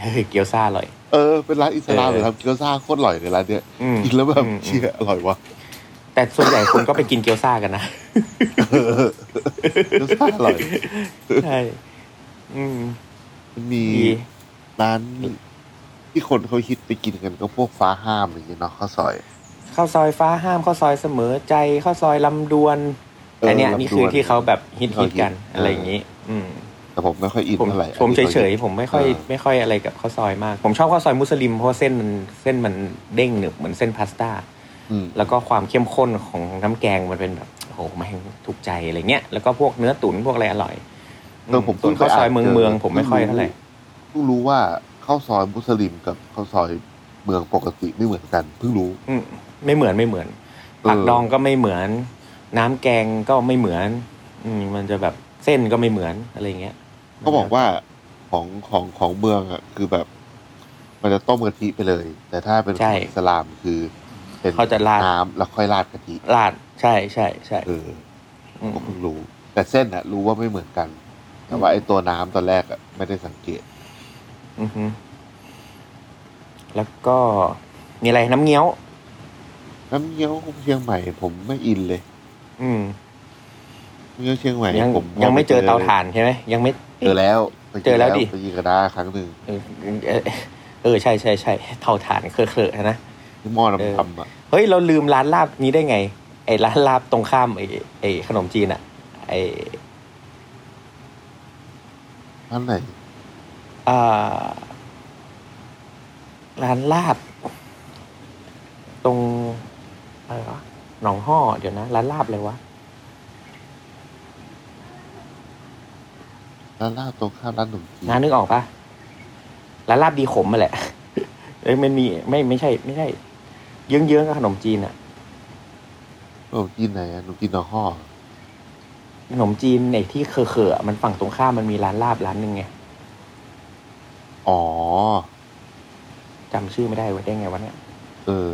Speaker 3: เฮ้ยเกี๊ยวซ่าอร่อย
Speaker 4: เออเป็นร้านอิสลาม
Speaker 3: เออ
Speaker 4: เลยทำเกี๊ยวซ่าโคตรอร่อยเลยร้านเนี้ย
Speaker 3: อืม
Speaker 4: กินแล้วแบบ
Speaker 3: อืม
Speaker 4: เชี่ยอร่อยวะ
Speaker 3: แต่ส่วนใหญ่คุณก็ไปกินเกี๊ยวซ่ากันนะ
Speaker 4: เออเกี๊ยวซ่าอร่อย
Speaker 3: ใช่อืม
Speaker 4: มันมี
Speaker 3: มี
Speaker 4: ร้านที่คนเขาฮิตไปกินกันก็พวกฟ้าห้ามอย่างเงี้ยเนาะข้าวซอย
Speaker 3: ข้าวซอยฟ้าห้ามข้าวซอยเสมอใจข้าวซอยลำดวน
Speaker 4: เออ
Speaker 3: อันเนี้ย
Speaker 4: ลำดวน
Speaker 3: นี่คือที่เขาแบบฮิต
Speaker 4: ที่เขา
Speaker 3: ฮิต
Speaker 4: ฮิต
Speaker 3: กัน
Speaker 4: เอออ
Speaker 3: อะไรอย่างนี้ อืม
Speaker 4: แต่ผมไม่ค่อยอิน
Speaker 3: ผม
Speaker 4: เท่าไหร่
Speaker 3: ผม
Speaker 4: อัน
Speaker 3: เฉ
Speaker 4: นี้
Speaker 3: ย
Speaker 4: ก็
Speaker 3: เฉยๆผมไม่ค่อยไม่ค่อยอะไรกับข้าวซอยมาก ผมชอบข้าวซอยมุสลิมเพราะว่าเส้นมันเส้นมันเด้งหนึบเหมือนเส้นพาสต้า
Speaker 4: อืม
Speaker 3: แล้วก็ความเข้มข้นของน้ำแกงมันเป็นแบบโอ้โหแม่งถูกใจอะไรเงี้ยแล้วก็พวกเนื้อตุ๋นพวกอะไรอร่อย
Speaker 4: เออผม
Speaker 3: ส่วนข้าวซอยเมืองเมือง
Speaker 4: จ
Speaker 3: ผมไม่ค่อยเท่าไหร่
Speaker 4: เพิ่งรู้ว่าข้าวซอยมุสลิมกับข้าวซอยเมืองปกติไม่เหมือนกันเพิ่งรู้
Speaker 3: อืมไม่เหมือนไม่เหมือนผัก
Speaker 4: เออ
Speaker 3: ดองก็ไม่เหมือน น้ำแกงก็ไม่เหมือนอืมมันจะแบบเส้นก็ไม่เหมือนอะไรเงี้ย
Speaker 4: เขาบอกว่าของของของเมืองอ่ะคือแบบ มันจะต้มกะทิไปเลย แต่ถ้าเป็นข
Speaker 3: ใช่
Speaker 4: องอิสลามคือ เป็น
Speaker 3: เขาจะราด
Speaker 4: น้ำแล้วค่อยราดกะทิ
Speaker 3: ลาดใช่ใช่ใช่
Speaker 4: เออ
Speaker 3: อืม
Speaker 4: ผมก็เพิ่งรู้ แต่เส้นอะรู้ว่าไม่เหมือนกัน แต่ว่าไอ้ตัวน้ำตอนแรกอะไม่ได้สังเกต
Speaker 3: อือฮึแล้วก็มีอะไรน้ำเงี้ยว
Speaker 4: น้ำเงี้ยวเชียงใหม่ ผมไม่อินเลย
Speaker 3: อืม
Speaker 4: น้ำเงี้ยวเชียงใหม่
Speaker 3: ยัง
Speaker 4: ผม
Speaker 3: ยังไม่เจอเตาถ่านใช่ไหมยังไม่
Speaker 4: เจอแล้วไปกิน
Speaker 3: เจอแล้วดิ
Speaker 4: ไปยีกระดาครั้งหนึ่ง
Speaker 3: เออเออเออใช่ใช่ใช่เตาถ่านเคอะๆนะ
Speaker 4: ที่หม้อ
Speaker 3: เออ
Speaker 4: น้ำทำอะ
Speaker 3: เฮ้ยเราลืมร้านลาบนี้ได้ไง ไอ้ร้านลาบตรงข้ามไอ้ไอ้ขนมจีนอ่ะ ไอ้
Speaker 4: ท่านไหน
Speaker 3: อ่าร้านลาบ ตรงอะไรวะหนองห่อเดี๋ยวนะร้านลาบเลยวะ
Speaker 4: ร้านลาบตรงข้ามร้านหนุ่มจีน
Speaker 3: น้านึกออกปะร้านลาบดีขมมาแหละ เอ้ยมันมีไม่ไม่ใช่ ไม่ใช่ เยื้องเยื้องๆกับขนมจีนอะ
Speaker 4: หนุ่มจีนไหนอะหนุ่มจีนนอห่อ
Speaker 3: ขนมจีนในที่เคอะๆอะมันฝั่งตรงข้ามมันมีร้านลาบร้านหนึ่งไง
Speaker 4: อ๋อ
Speaker 3: จำชื่อไม่ได้ไว้ยได้ไงวะเนี่ย
Speaker 4: เออ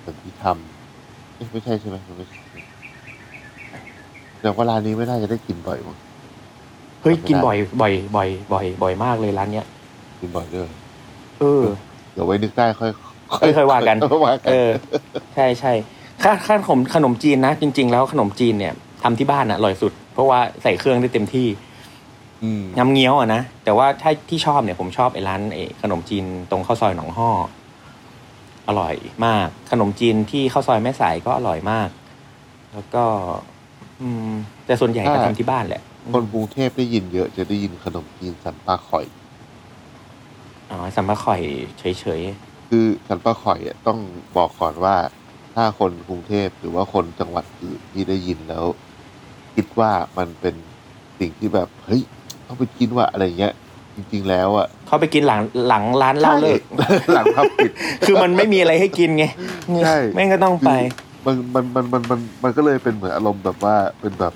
Speaker 4: แต่ที่ทำเอ๊ะไม่ใช่ใช่ไหมมันไม่ใช่แต่ว่าร้านนี้ไม่น่าจะได้กินบ่อยมั้ง
Speaker 3: เฮ้ย
Speaker 4: จำไม่ได้
Speaker 3: กินบ่อยบ่อยบ่อยบ่อยบ่อยมากเลยร้านเนี้ย
Speaker 4: กินบ่อยด้วย
Speaker 3: เออ
Speaker 4: เดี๋ยวไว้นึกได้ค่อย
Speaker 3: เออค่อยว่ากัน
Speaker 4: ค่อยว่ากั
Speaker 3: เอน อ ใช่ใช่ค่าค่าขนมขนมจีนนะจริง ๆ แล้วขนมจีนเนี่ยทำที่บ้านอะอร่อยสุด เพราะว่าใส่เครื่องได้เต็มที่
Speaker 4: อืม
Speaker 3: น้ำเงี้ยวอะนะแต่ว่าถ้าที่ชอบเนี่ยผมชอบไอ้ร้านไอ้ขนมจีนตรงข้าวซอยหนองห้ออร่อยมาก ขนมจีนที่ข้าวซอยแม่สายก็อร่อยมาก แล้วก็ อืม แต่ส่วนใหญ่ก็
Speaker 4: อ่า
Speaker 3: ทำที่บ้านแหละ
Speaker 4: คนกรุงเทพได้ยินเยอะจะได้ยินขนมจีนสันปลาข่อย
Speaker 3: อ๋อสัมภาข่อยเฉย
Speaker 4: คือสันปลาข่อยอะต้องบอกก่อนว่า ถ้าคนกรุงเทพหรือว่าคนจังหวัดอื่นที่ได้ยินแล้ว คิดว่ามันเป็นสิ่งที่แบบ เฮ้ยต้องไปกินว่าอะไรเงี้ย จริง ๆ แล้วอ่ะ
Speaker 3: ๆเขาไปกินหลังหลังร้านเหล้าเลิก
Speaker 4: ใช่ หลังพับปิด
Speaker 3: คือมันไม่มีอะไรให้กินไง
Speaker 4: ใช่
Speaker 3: แม่งก็ต้องไป
Speaker 4: มันมันมันมันมันมันก็เลยเป็นเหมือนอารมณ์แบบว่าเป็นแบบ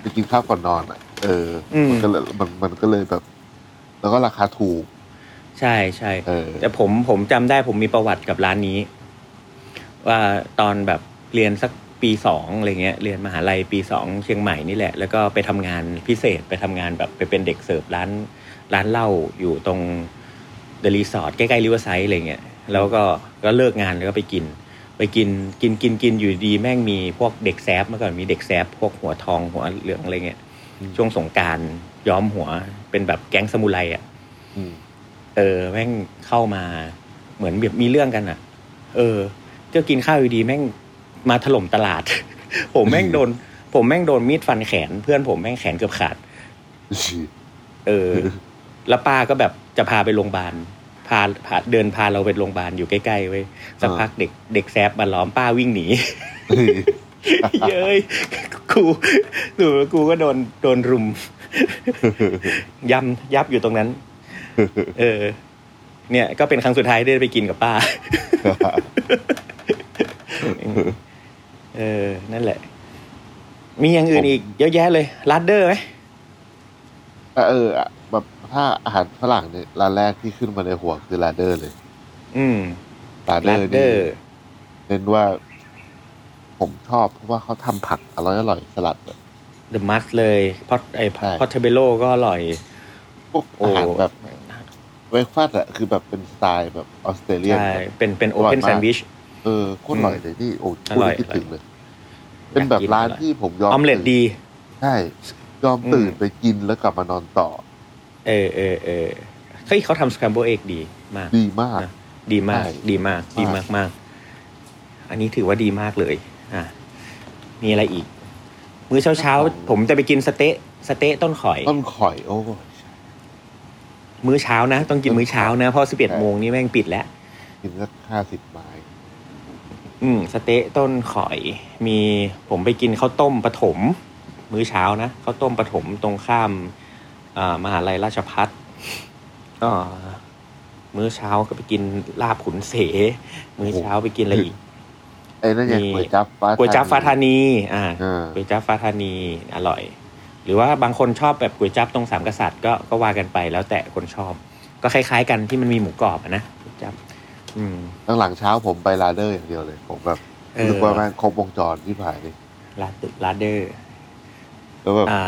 Speaker 4: ไปกินข้าวก่อนนอนอ่ะ เอออ
Speaker 3: ม
Speaker 4: มันก็เลยมันมันก็เลยแบบ แล้วก็ราคาถูก
Speaker 3: ใช่ใช่
Speaker 4: เออ
Speaker 3: แต่ผมผมจำได้ผมมีประวัติกับร้านนี้ ว่าตอนแบบเรียนสักปีสองอะไรเงี้ย เรียนมหาลัยปีสองเชียงใหม่นี่แหละ แล้วก็ไปทำงานพิเศษไปทำงานแบบไปเป็นเด็กเสิร์ฟร้านร้านเหล้าอยู่ตรงเดลีสอร์ทใกล้ๆริเวอร์ไซด์อะไรเงี้ยแล้วก็ก็เลิกงานแล้วก็ไปกิน ไปกินกินกินกินอยู่ดีแม่งมีพวกเด็กแซฟเมื่อก่อนมีเด็กแซฟพวกหัวทองหัวเหลืองอะไรเงี้ย
Speaker 4: อืม
Speaker 3: ช่วงสงกรารย้อมหัวเป็นแบบแก๊งสมุไรอ่ะ
Speaker 4: อืม
Speaker 3: เออแม่งเข้ามาเหมือนแบบมีเรื่องกันอ่ะ เออก็กินข้าวอยู่ดีแม่งมาถล่มตลาด ผมแม่งโดน ผมแม่งโดนมีดฟันแขน เพื่อนผมแม่งแขนเกือบขาด เออ แล้วป้าก็แบบจะพาไปโรงพยาบาลพาพาเดินพาเราไปโรงพยาบาลอยู่ใกล้ๆเว้ยสัก
Speaker 4: อ่า
Speaker 3: พักเด็กเด็กแซบมาล้อมป้าวิ่งหนี เย้ยกูหนูกูก็โดนโดนรุม ยำยับอยู่ตรงนั้น เออ เนี่ย ก็เป็นครั้งสุดท้ายที่ได้ไปกินกับป้า เออ นั่นแหละ มีอย่างอื่นอีก เยอะแยะเลยลัดเดอร์ไหม
Speaker 4: แต่เอออะแบบถ้าอาหารฝรั่งเนี่ยร้านแรกที่ขึ้นมาในหัวคือลาเดอร์เลย
Speaker 3: อืม
Speaker 4: ลาเด
Speaker 3: ลั
Speaker 4: อร์
Speaker 3: ดเด
Speaker 4: นี่
Speaker 3: อร์
Speaker 4: เน้นว่า ผมชอบเพราะว่าเขาทำผักอร่อยอร่อยๆสลัดอะ
Speaker 3: เดอะมัสเลยพอตไอพอตเทเบโลก็อร่อย
Speaker 4: พวก
Speaker 3: โอ้
Speaker 4: อาหารแบบเวกฟาสอะคือแบบเป็นสไตล์แบบออสเตรเลียน
Speaker 3: ใช่
Speaker 4: แบบ
Speaker 3: เป็นเป็น
Speaker 4: อ
Speaker 3: โอ
Speaker 4: ร่อย
Speaker 3: เพน
Speaker 4: มาก
Speaker 3: แซนด์วิช
Speaker 4: เออโคตรอร่อยเลยที่โอ้
Speaker 3: อ
Speaker 4: พูด
Speaker 3: ร่อย
Speaker 4: แล้วคิดถึงเลย เป็นแบบ
Speaker 3: อยากกิน
Speaker 4: ร้าน
Speaker 3: อร่อย
Speaker 4: ที่ผมย
Speaker 3: อ
Speaker 4: อม
Speaker 3: อมเล็ต
Speaker 4: ตื่น
Speaker 3: ดี
Speaker 4: ใช่ยอม
Speaker 3: อืม
Speaker 4: ตื่นไปกินแล้วกลับมานอนต่อ
Speaker 3: เออเออเออเฮ้ยเขาทำสครัมเบิลเอ็กดีมาก
Speaker 4: ดีมาก
Speaker 3: นะ ดีมาก
Speaker 4: ใช่
Speaker 3: ดีมาก ดีมากมาก อันนี้ถือว่าดีมากเลย อ่ะ มีอะไรอีก มื้อเช้าเช้า
Speaker 4: ครับผม
Speaker 3: ผมจะไปกินสเต๊ะสเต๊ะต้นข่อย
Speaker 4: ต้นข่อยโอ้ย
Speaker 3: มื้อเช้านะ ต้องกินมื้อเช้านะ เพราะสิบเอ็ด
Speaker 4: ใช่
Speaker 3: โมงนี่แม่งปิดแล้ว
Speaker 4: กินสักห้าสิบไม้
Speaker 3: อืมสเต๊ะต้นข่อย มีผมไปกินข้าวต้มปฐมมื้อเช้านะข้าวต้มปฐมตรงข้ามอ่ามหาลัยราชพัฒก็มื้อเช้าก็ไปกินลาบขุนเส มื้อเช้าไปกินอะไรอีก
Speaker 4: ไอ้นั่นยัง
Speaker 3: มี
Speaker 4: ก๋วยจั๊บฟ้า
Speaker 3: ก๋วยจั๊บฟ้าธานี อ่า
Speaker 4: อ่า
Speaker 3: ก๋วยจั๊บฟ้าธานีอร่อย หรือว่าบางคนชอบแบบก๋วยจั๊บตรงสามกษัตริย์ก็ก็ว่ากันไปแล้วแต่คนชอบ ก็คล้าย ๆ กันที่มันมีหมูกรอบอะนะก๋วยจั๊บอืม
Speaker 4: ตั้งหลังเช้าผมไปลาเดอร์อย่างเดียวเลย ผมแบบ
Speaker 3: เออ
Speaker 4: รู้สึกว่าแม่งครบวงจรที่ผ่านเลย
Speaker 3: ลาดลาดเดอร์
Speaker 4: แล้วแบบ
Speaker 3: อ่า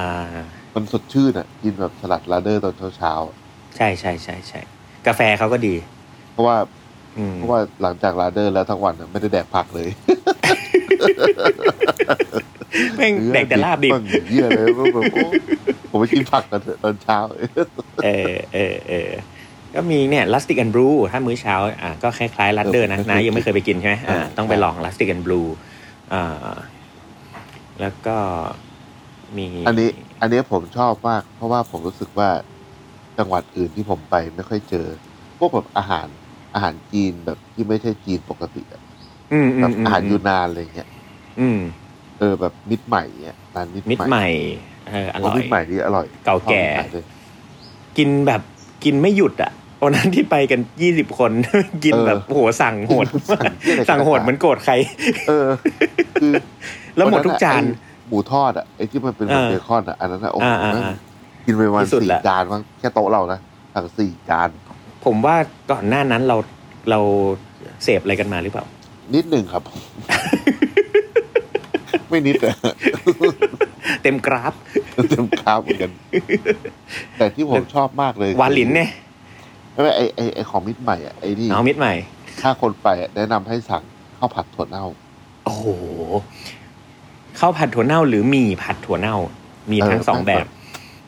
Speaker 4: มันสดชื่นอ่ะ กินแบบสลัดลาเดอร์ตอนเช้าๆอะ
Speaker 3: ใช่ใช่ใช่ใช่กาแฟเขาก็ดี
Speaker 4: เพราะว่า
Speaker 3: อืม
Speaker 4: เพราะว่าหลังจากลาเดอร์แล้วทั้งวันอะไม่ได้แดกผักเลย
Speaker 3: แม่งแดกแต่ลาบดิบ
Speaker 4: มันเยี่ยเลยว่าแบบโอ้ผมไปกินผักกันเถอะตอนเช้า
Speaker 3: เออเออเออก็มีเนี่ยลัสติกแอนบลูถ้ามื้อเช้าอ่ะก็คล้ายๆลัดเดอร์นะ
Speaker 4: เออ
Speaker 3: นะยังไม่เคยไปกินใช่ไหมอ่า
Speaker 4: เออ
Speaker 3: ต้องไปลองลัสติกแอนบลูอ่าแล้วก็มี
Speaker 4: อันนี้อันนี้ผมชอบมาก เพราะว่าผมรู้สึกว่าจังหวัดอื่นที่ผมไปไม่ค่อยเจอ พวกแบบอาหารอาหารจีนแบบที่ไม่ใช่จีนปกติอะ
Speaker 3: อืมอื
Speaker 4: แบบ
Speaker 3: มม
Speaker 4: อาหารยูนานอะไรเงี้ย
Speaker 3: อืม
Speaker 4: เออแบบมิตรใหม่เงี้ยร้านมิตร
Speaker 3: มิตร
Speaker 4: ให
Speaker 3: ให
Speaker 4: ม่
Speaker 3: ม่เอออ
Speaker 4: เพ
Speaker 3: ร่
Speaker 4: ราะ
Speaker 3: อ
Speaker 4: มิ
Speaker 3: ย
Speaker 4: ตรใหม่นี่อร่อย
Speaker 3: เก่าแก่
Speaker 4: ชอบมิตรใหม่เลย
Speaker 3: กินแบบกินไม่หยุดอ่ะวันนั้นที่ไปกันยี่สิบคน กิน
Speaker 4: เออ
Speaker 3: แบบโอ้โหสั่งโหด
Speaker 4: สั่งเหี้ยอะไร
Speaker 3: สั่งโหดเหมือนโกรธใคร
Speaker 4: เอ อ คือ
Speaker 3: แล้วหมด
Speaker 4: น
Speaker 3: ทุก
Speaker 4: นั้นอะ
Speaker 3: จาน
Speaker 4: ไอ้หมูทอดอ่ะไอ้ที่มันเป็น
Speaker 3: เออ
Speaker 4: เบคอนอ่ะอันนั้นอะโอ้โห
Speaker 3: อ่าอ่า
Speaker 4: แม่งกินไปวัน
Speaker 3: ที่สุด
Speaker 4: สี่
Speaker 3: ละ
Speaker 4: จานมั้งแค่โต๊ะเรานะสั่งสี่จาน
Speaker 3: ผมว่าก่อนหน้านั้นเราเราเสพอะไรกันมาหรือเปล่า
Speaker 4: นิดหนึ่ งครับ ไม่นิดอะ
Speaker 3: เต็มกราฟ
Speaker 4: เต็มคราบเหมือนกัน แต่ที่ผมชอบมากเลย
Speaker 3: หวานหลินเนี่ย
Speaker 4: ไม่ไม่ไอไอไอของมิตรใหม่อ่ะไอนี่
Speaker 3: เอามิดใหม่
Speaker 4: ถ้าคนไปอะแนะนำให้สั่งข้าวผัดถั่วเน่า
Speaker 3: โอ้โหข้าวผัดถั่วเน่าหรือหมี่ผัดถั่วเน่า มีทั้ง
Speaker 4: เออ
Speaker 3: สองแบบ
Speaker 4: แบบ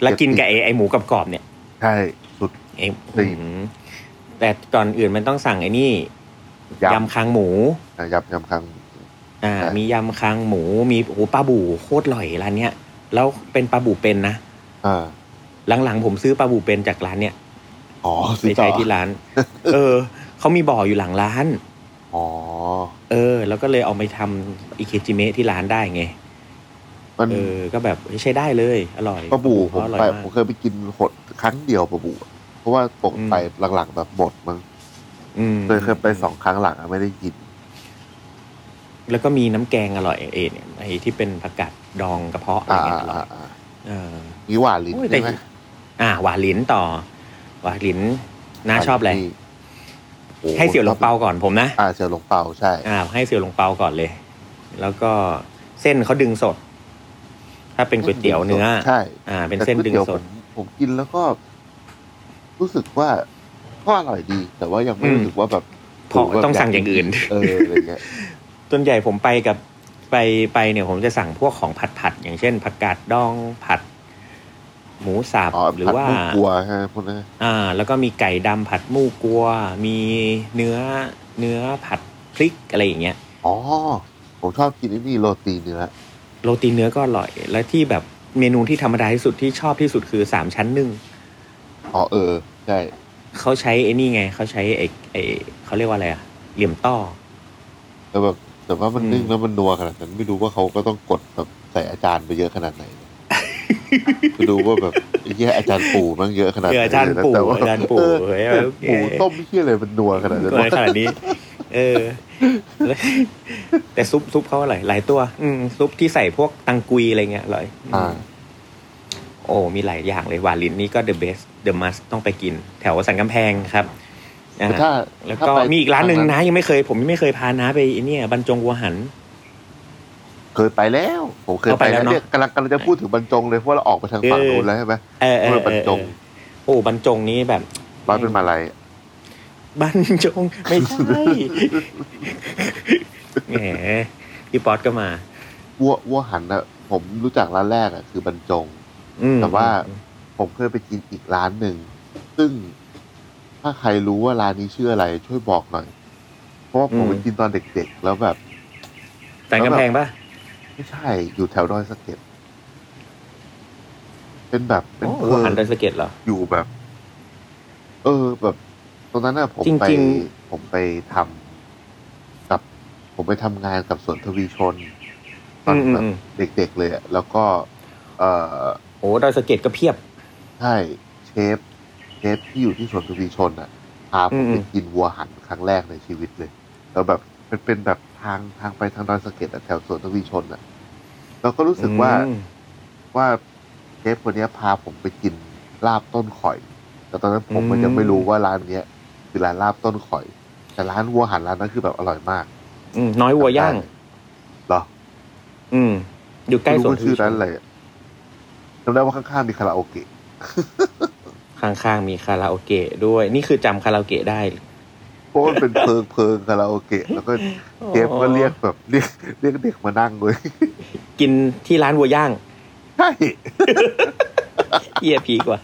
Speaker 3: แล้วกินกับไอไอหมูกรอบๆเนี่ย
Speaker 4: ใช่สุด
Speaker 3: ไอ้
Speaker 4: จริง
Speaker 3: หืมแต่ก่อนอื่นมันต้องสั่งไอ้นี่
Speaker 4: ย
Speaker 3: ยำคางหมู
Speaker 4: ำยำยำครั้ง
Speaker 3: อ่า
Speaker 4: ใช่
Speaker 3: มียำคางหมู มีโอ้โหปลาบู่โคตรอร่อยร้านเนี้ยแล้วเป็นปลาบู่เป็นนะ
Speaker 4: อ่า
Speaker 3: หลังๆผมซื้อปลาบู่เป็นจากร้านเนี้ย
Speaker 4: อ๋อ
Speaker 3: ไป
Speaker 4: ซื้อต่
Speaker 3: ใช้
Speaker 4: อ
Speaker 3: ที่ ร้าน เออเขามีบ่ออยู่หลังร้าน
Speaker 4: อ๋อ
Speaker 3: เออ แล้วก็เลยเอาไปทำอิเคจิเมะที่ร้านได้ไง
Speaker 4: มัน
Speaker 3: เออ ก็แบบเฮ้ยใช้ได้เลย อร่อย
Speaker 4: ปลาบูผม
Speaker 3: อร่อย
Speaker 4: ไป
Speaker 3: มา
Speaker 4: ผ
Speaker 3: ก
Speaker 4: มเคยไปกินหดครั้งเดียวปลาบูอะเพราะว่าปก
Speaker 3: อืม
Speaker 4: ไปหลังๆแบบหมดมั้ง
Speaker 3: อืม
Speaker 4: เคยเคยไปสองครั้งหลังอะไม่ได้กิน
Speaker 3: แล้วก็มีน้ำแกงอร่อยเอเนี่ยไอที่เป็นผักกาดดองกระเพาะอะไร
Speaker 4: อ่า
Speaker 3: เงี้
Speaker 4: อ่าย
Speaker 3: อร่อ
Speaker 4: อ่าย อ่า
Speaker 3: เออ
Speaker 4: นี่หวานลิ้น
Speaker 3: โอ้ยแต่
Speaker 4: ใช่ไหม
Speaker 3: อ่าหวานลินต่อ หวานลินน้าชอบอะไร
Speaker 4: นี่โอ้
Speaker 3: ให้เสี่ยวหลงเปาก่อนผมนะ
Speaker 4: อ่าเสี่ยวหลงเปาใช่
Speaker 3: อ่า ให้เสี่ยวหลงเปาก่อนเลย แล้วก็เส้นเขาดึงสด ถ้าเป็นก๋วยเตี๋ยวเนื้อ
Speaker 4: ใช่
Speaker 3: อ่า เป็นเส้น
Speaker 4: แต่
Speaker 3: ดึง
Speaker 4: ก๋วยตี๋ยว
Speaker 3: สด
Speaker 4: ผมผมกินแล้วก็ รู้สึกว่าก็อร่อยดี แต่ว่ายังไม่
Speaker 3: อืม
Speaker 4: รู้สึกว่าแบบ
Speaker 3: พอ
Speaker 4: โโหแบบ
Speaker 3: ต้องสั่งอย่างอื่น
Speaker 4: เอออะไรเงี้ย
Speaker 3: ส่วนใหญ่ผมไปกับไปไปเนี่ยผมจะสั่งพวกของผัดผัดๆอย่างเช่นผักกาดดองผัด หมูสับ
Speaker 4: อ๋อ
Speaker 3: หรือว่า
Speaker 4: ผัดกลัวฮะพวกนั้น
Speaker 3: อ่า แล้วก็มีไก่ดำผัดหมูกัว มีเนื้อเนื้อผัดพริกอะไรอย่างเงี้ย
Speaker 4: อ๋อ ผมชอบกินไอ้นี่โรตีเนื้อ
Speaker 3: โรตีเนื้อก็อร่อย และที่แบบเมนูที่ธรรมดาที่สุดที่ชอบที่สุดคือสามชั้นนึ่ง
Speaker 4: อ๋อเออใช่
Speaker 3: เขาใช้ไอ้นี่ไงเขาใช้ไอ้ไอ้เขาเรียกว่าอะไรอะเหลี่ยมต้อ
Speaker 4: แล้วแบบแต่ว่ามัน
Speaker 3: อืม
Speaker 4: นึ่งแล้วมันนัวขนาดนั้นไม่รู้ว่าเขาก็ต้องกดแบบใส่อาจารย์ไปเยอะขนาดไหน คือดูว่าแบบไอ้เหี้ยอาจารย์ปู่มันเยอะขนาด
Speaker 3: เอออาจารย์ปู่
Speaker 4: แต่ว่
Speaker 3: อาจารย์ปู่
Speaker 4: เออ
Speaker 3: เฮ้ย
Speaker 4: เออ
Speaker 3: โอเค
Speaker 4: ปู่ต้มเหี้ยอะไรมันนัวขนาดนั้น
Speaker 3: อะไร
Speaker 4: วะ
Speaker 3: ขนาด นี้ เออแล้วแต่ซุปซุปเขาอร่อยหลายตัว อืมซุปที่ใส่พวกตังกุยอะไรเงี้ยอร่อย
Speaker 4: อ่า
Speaker 3: โอ้มีหลายอย่างเลยวาลินนี่ก็ the best the must ต้องไปกิน แถวสันกำแพงครับอ่า
Speaker 4: ถ้า
Speaker 3: แล้ว
Speaker 4: ถ้
Speaker 3: ก็
Speaker 4: ไป
Speaker 3: มีอีกร้านหนึ่ง
Speaker 4: ท
Speaker 3: นะยังไม่เคย ผมยังไม่เคยพานะไปไอ้เนี่ยบรรจงวัวหัน
Speaker 4: เคยไปแล้ว ผมเคย
Speaker 3: เอา
Speaker 4: ไป
Speaker 3: ไปแล้
Speaker 4: แล้วว
Speaker 3: เนอะ
Speaker 4: เนี่ยกำลังกำลังจะพูดถึงบรรจงเลยเพราะเราออกไปทางฝั่ง
Speaker 3: เออ
Speaker 4: โน้นแล้วใช่ไหม
Speaker 3: เออเอ
Speaker 4: พูดถึ
Speaker 3: อ
Speaker 4: งบรรจง
Speaker 3: เออโอ้บรรจงนี้แบบ
Speaker 4: ร้านเป็นมาลาย
Speaker 3: บรรจ งไม่ใช่ แหมพี่ป๊อตก็มา
Speaker 4: วัววัวหันนะผมรู้จักร้านแรกอ่ะคือบรรจง
Speaker 3: อืม
Speaker 4: แต่ว่า ผมเคยไปกินอีกร้านหนึ่ง ซึ่งถ้าใครรู้ว่าร้านนี้ชื่ออะไร ช่วยบอกหน่อย เพราะว่าผมไปกินตอนเด็กๆ แล้วแบบ
Speaker 3: สันกำแพงปะ
Speaker 4: ไม่ใช่อยู่แถวดอยสะเก็ดเป็นแบบ เป็น
Speaker 3: โอ้
Speaker 4: เพลิ
Speaker 3: หัน
Speaker 4: ง
Speaker 3: ดอยสะเก็ดเหรอ
Speaker 4: อยู่แบบ เออ แบบตอนนั้นน่ะ ผม
Speaker 3: จริงๆ
Speaker 4: ไป ผมไปทำกับ ผมไปทำงานกับสวนทวีชน ตอน
Speaker 3: อืม
Speaker 4: แบบ
Speaker 3: อืม
Speaker 4: เด็ก ๆ เลยอะแล้วก็ เออ
Speaker 3: โอ้ดอยสะเก็ดก็เพียบ
Speaker 4: ใช่เชฟเชฟที่อยู่ที่สวนทวีชนอ่ะพาผ
Speaker 3: อื
Speaker 4: ม
Speaker 3: มอื
Speaker 4: ไป
Speaker 3: ม
Speaker 4: กินวัวหันครั้งแรกในชีวิตเลย แล้วแบบเป็นเป็นแบบทางทางไปทางดอยสะเก็ดอะแถวสวนทวีชนอ่ะเราก็รู้สึกว่า
Speaker 3: อืม
Speaker 4: ว่าเชฟคนเนี้ยพาผมไปกินลาบต้นข่อย แต่ตอนนั้นผมมันยังไม่รู้ว่าร้านเนี้ยคือร้านลาบต้นข่อย แต่ร้านวัวหันร้านนั้นคือแบบอร่อยมาก
Speaker 3: อืมน้อยวัวย่าง
Speaker 4: เหรอ
Speaker 3: อืม อยู่ใกล้
Speaker 4: ไม่รู้
Speaker 3: สวน
Speaker 4: ว่าชื่อร้านอะไรอะจำได้ว่าข้างๆมีคาราโอเกะ
Speaker 3: ข้างๆมีคาราโอเกะด้วย นี่คือจำคาราโอเกะได้
Speaker 4: เพราะมันเป็นเพลิงเพลิงคาราโอเกะแล้วก็
Speaker 3: อ๋อ
Speaker 4: เชฟก็เรียกแบบเรียกเรียกเด็กมานั่งเลย
Speaker 3: กินที่ร้านวัวย่าง
Speaker 4: ใช่
Speaker 3: เยี่ยพีกว่า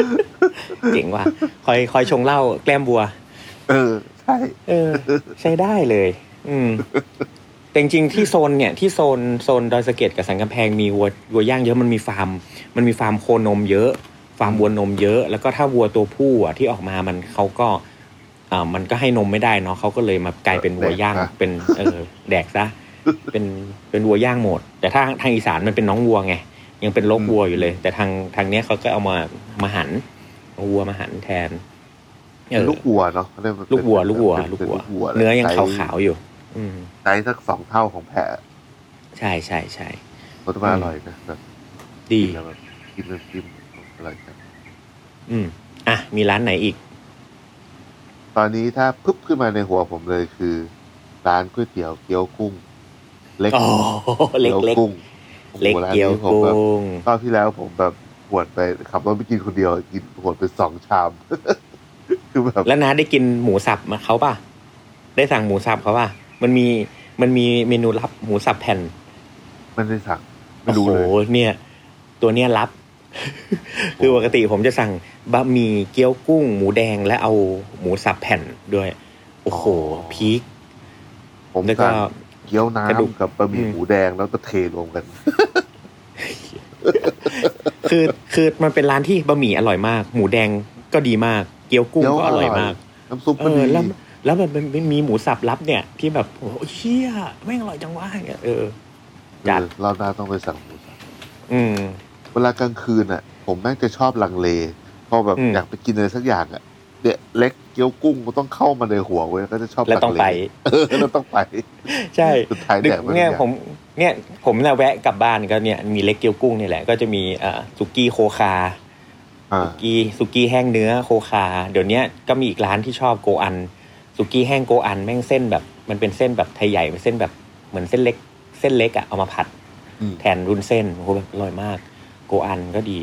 Speaker 3: เจ๋งว่ะคอยคอยชงเหล้าแกล้มวัว
Speaker 4: เออ ใช่
Speaker 3: เออ ใช้ได้เลย อืม แต่จริงๆที่โซนเนี่ยที่โซนโซนดอยสะเก็ดกับสันกำแพงมีวัววัวย่างเยอะมันมีฟาร์ม มันมีฟาร์มโคนมเยอะ ฟาร์มวัวนมเยอะ แล้วก็ถ้าวัวตัวผู้อ่ะที่ออกมามันเขาก็อ่ามันก็ให้นมไม่ได้เนาะเขาก็เลยมากลายเป็นวัวย่างเป็นเออแดกซะเป็นเป็นวัวย่างหมด แต่ถ้าทางอีสานมันเป็นน้องวัวไงยังเป็นโรควัวอยู่เลย แต่ทางทางเนี้ยเขาก็เอามามาหันเอาวัวมาหันแทนเออ
Speaker 4: ลูกวัวเนาะเขาเรียมันเป็น
Speaker 3: ลูกวัว ลูกวัว
Speaker 4: เป็น
Speaker 3: ลูก
Speaker 4: เป็น
Speaker 3: วัว
Speaker 4: วัว
Speaker 3: เนื้อยัง
Speaker 4: ไซส์
Speaker 3: ขาวๆอยู่ อืม
Speaker 4: ไซส์สักสองเท่าของแพะ
Speaker 3: ใช่ใช่ใช่
Speaker 4: รสมันอร่อยนะแบบ
Speaker 3: ดี
Speaker 4: แล้วแบบกินน้ำจิ้มอร่อยจัง
Speaker 3: อืม อ่ะ มีร้านไหนอีก
Speaker 4: ตอนนี้ถ้าพึบขึ้นมาในหัวผมเลยคือ ร้านก๋วยเตี๋ยวเกี๊ยวกุ้ง เล็ก
Speaker 3: อ๋อ เล็กเล็ก
Speaker 4: กุ้ง
Speaker 3: เล็ก
Speaker 4: โอ้โหร้าน
Speaker 3: เกี๊ยว
Speaker 4: นี้ผมแบบ
Speaker 3: กุ้ง
Speaker 4: รอบที่แล้วผมแบบหวดไปขับรถไปกินคนเดียวกินหวดไปสองชาม คือแบบ
Speaker 3: แล้วน้าได้กินหมูสับมาเขาป่ะ ได้สั่งหมูสับเขาป่ะ มันมี มันมีเมนูลับหมูสับแผ่น
Speaker 4: มันได้สั่งไม่รู้เลย
Speaker 3: โอ้โหเนี่ย ตัวเนี้ยรับ คือปกติผมจะสั่งบะหมี่เกี๊ยวกุ้ง หมูแดงและเอาหมูสับแผ่นด้วย โอ้โห
Speaker 4: อ๋อ
Speaker 3: พีค
Speaker 4: ผม
Speaker 3: แล้วก็
Speaker 4: สั่งเกี๊ยว
Speaker 3: กระดูก
Speaker 4: น้ำกับบะหมี่
Speaker 3: อืม
Speaker 4: หมูแดงแล้วก็เทรวมกัน
Speaker 3: คือคือมันเป็นร้านที่บะหมี่อร่อยมาก หมูแดงก็ดีมาก เกี๊ยวกุ้ง
Speaker 4: เกี๊ยว
Speaker 3: ก็อร่อย
Speaker 4: อร่อย
Speaker 3: มาก
Speaker 4: น้ำซุป
Speaker 3: เอ
Speaker 4: มัน
Speaker 3: อ
Speaker 4: ดี
Speaker 3: แล้วแล้วมันมันมีหมูสับลับเนี่ย ที่แบบโอ้โหเชี่ยแม่งอร่อยจังวะอย่างเงี้ยเออ จัด
Speaker 4: เออรอบหน้าต้องไปสั่งหมูสับ
Speaker 3: อืม
Speaker 4: เวลากลางคืนอ่ะ ผมแม่งจะชอบลังเลพอแบบ
Speaker 3: อืม
Speaker 4: อยากไปกินอะไรสักอย่างอ่ะเนี่ยเล็กเกี๊ยวกุ้งก็ต้องเข้ามาในหัวเว้ยก็จะชอบ
Speaker 3: แล้วต้อง
Speaker 4: เล
Speaker 3: ไป
Speaker 4: เออแล้วต้องไป
Speaker 3: ใช่
Speaker 4: สุดท้าย
Speaker 3: ดึ
Speaker 4: แด
Speaker 3: ก
Speaker 4: กไปทุกอ
Speaker 3: เนี่ย
Speaker 4: ย่าง
Speaker 3: ผมเนี่ยผมน่ะแวะกลับบ้านก็เนี่ยมีเล็กเกี๊ยวกุ้งเนี่ยแหละก็จะมีเอ่อสุกี้โคคา
Speaker 4: อ่า
Speaker 3: สุกี้สุกี้แห้งเนื้อโคคา เดี๋ยวเนี้ยก็มีอีกร้านที่ชอบโกอันสุกี้แห้งโกอันแม่งเส้นแบบ มันเป็นเส้นแบบไทยใหญ่เป็นเส้นแบบเหมือนเส้นเล็กเส้นเล็กอะเอามาผัด
Speaker 4: อืม
Speaker 3: แทนรุนเส้นโอ้โหแบบอร่อยมาก โกอันก็ดี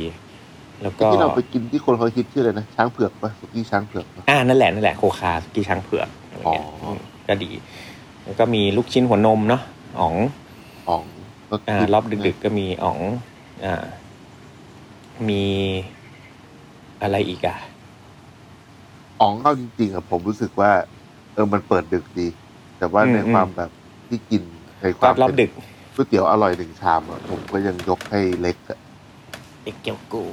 Speaker 3: แล้วก็
Speaker 4: ที่เราไปกินที่คนเขาคิดชื่ออะไรนะช้างเผือกปะสุกี้ช้างเผือกปะ
Speaker 3: อ่านั่นแหละนั่นแหละโคคาสกีช้างเผือกอะไรเงี้ย
Speaker 4: อ๋อ
Speaker 3: ก็ดี แล้วก็มีลูกชิ้นหัวนมเนาะอ๋อง
Speaker 4: อ๋องก็
Speaker 3: อ่ารอบดึกๆก็มีอ๋องอ่ามีอะไรอีกอ่ะ
Speaker 4: ๆอ๋องเอาจริงๆอะผมรู้สึกว่า เออมันเปิดดึกดี แต่ว่า
Speaker 3: อืม
Speaker 4: ในความแบบที่กินในค
Speaker 3: ก็
Speaker 4: วาม
Speaker 3: รอบดึก
Speaker 4: ก๋วยเตี๋ยวอร่อยหนึ่งชามอะผมก็ยังยกให้เล็กอะ
Speaker 3: เอกเกียวกู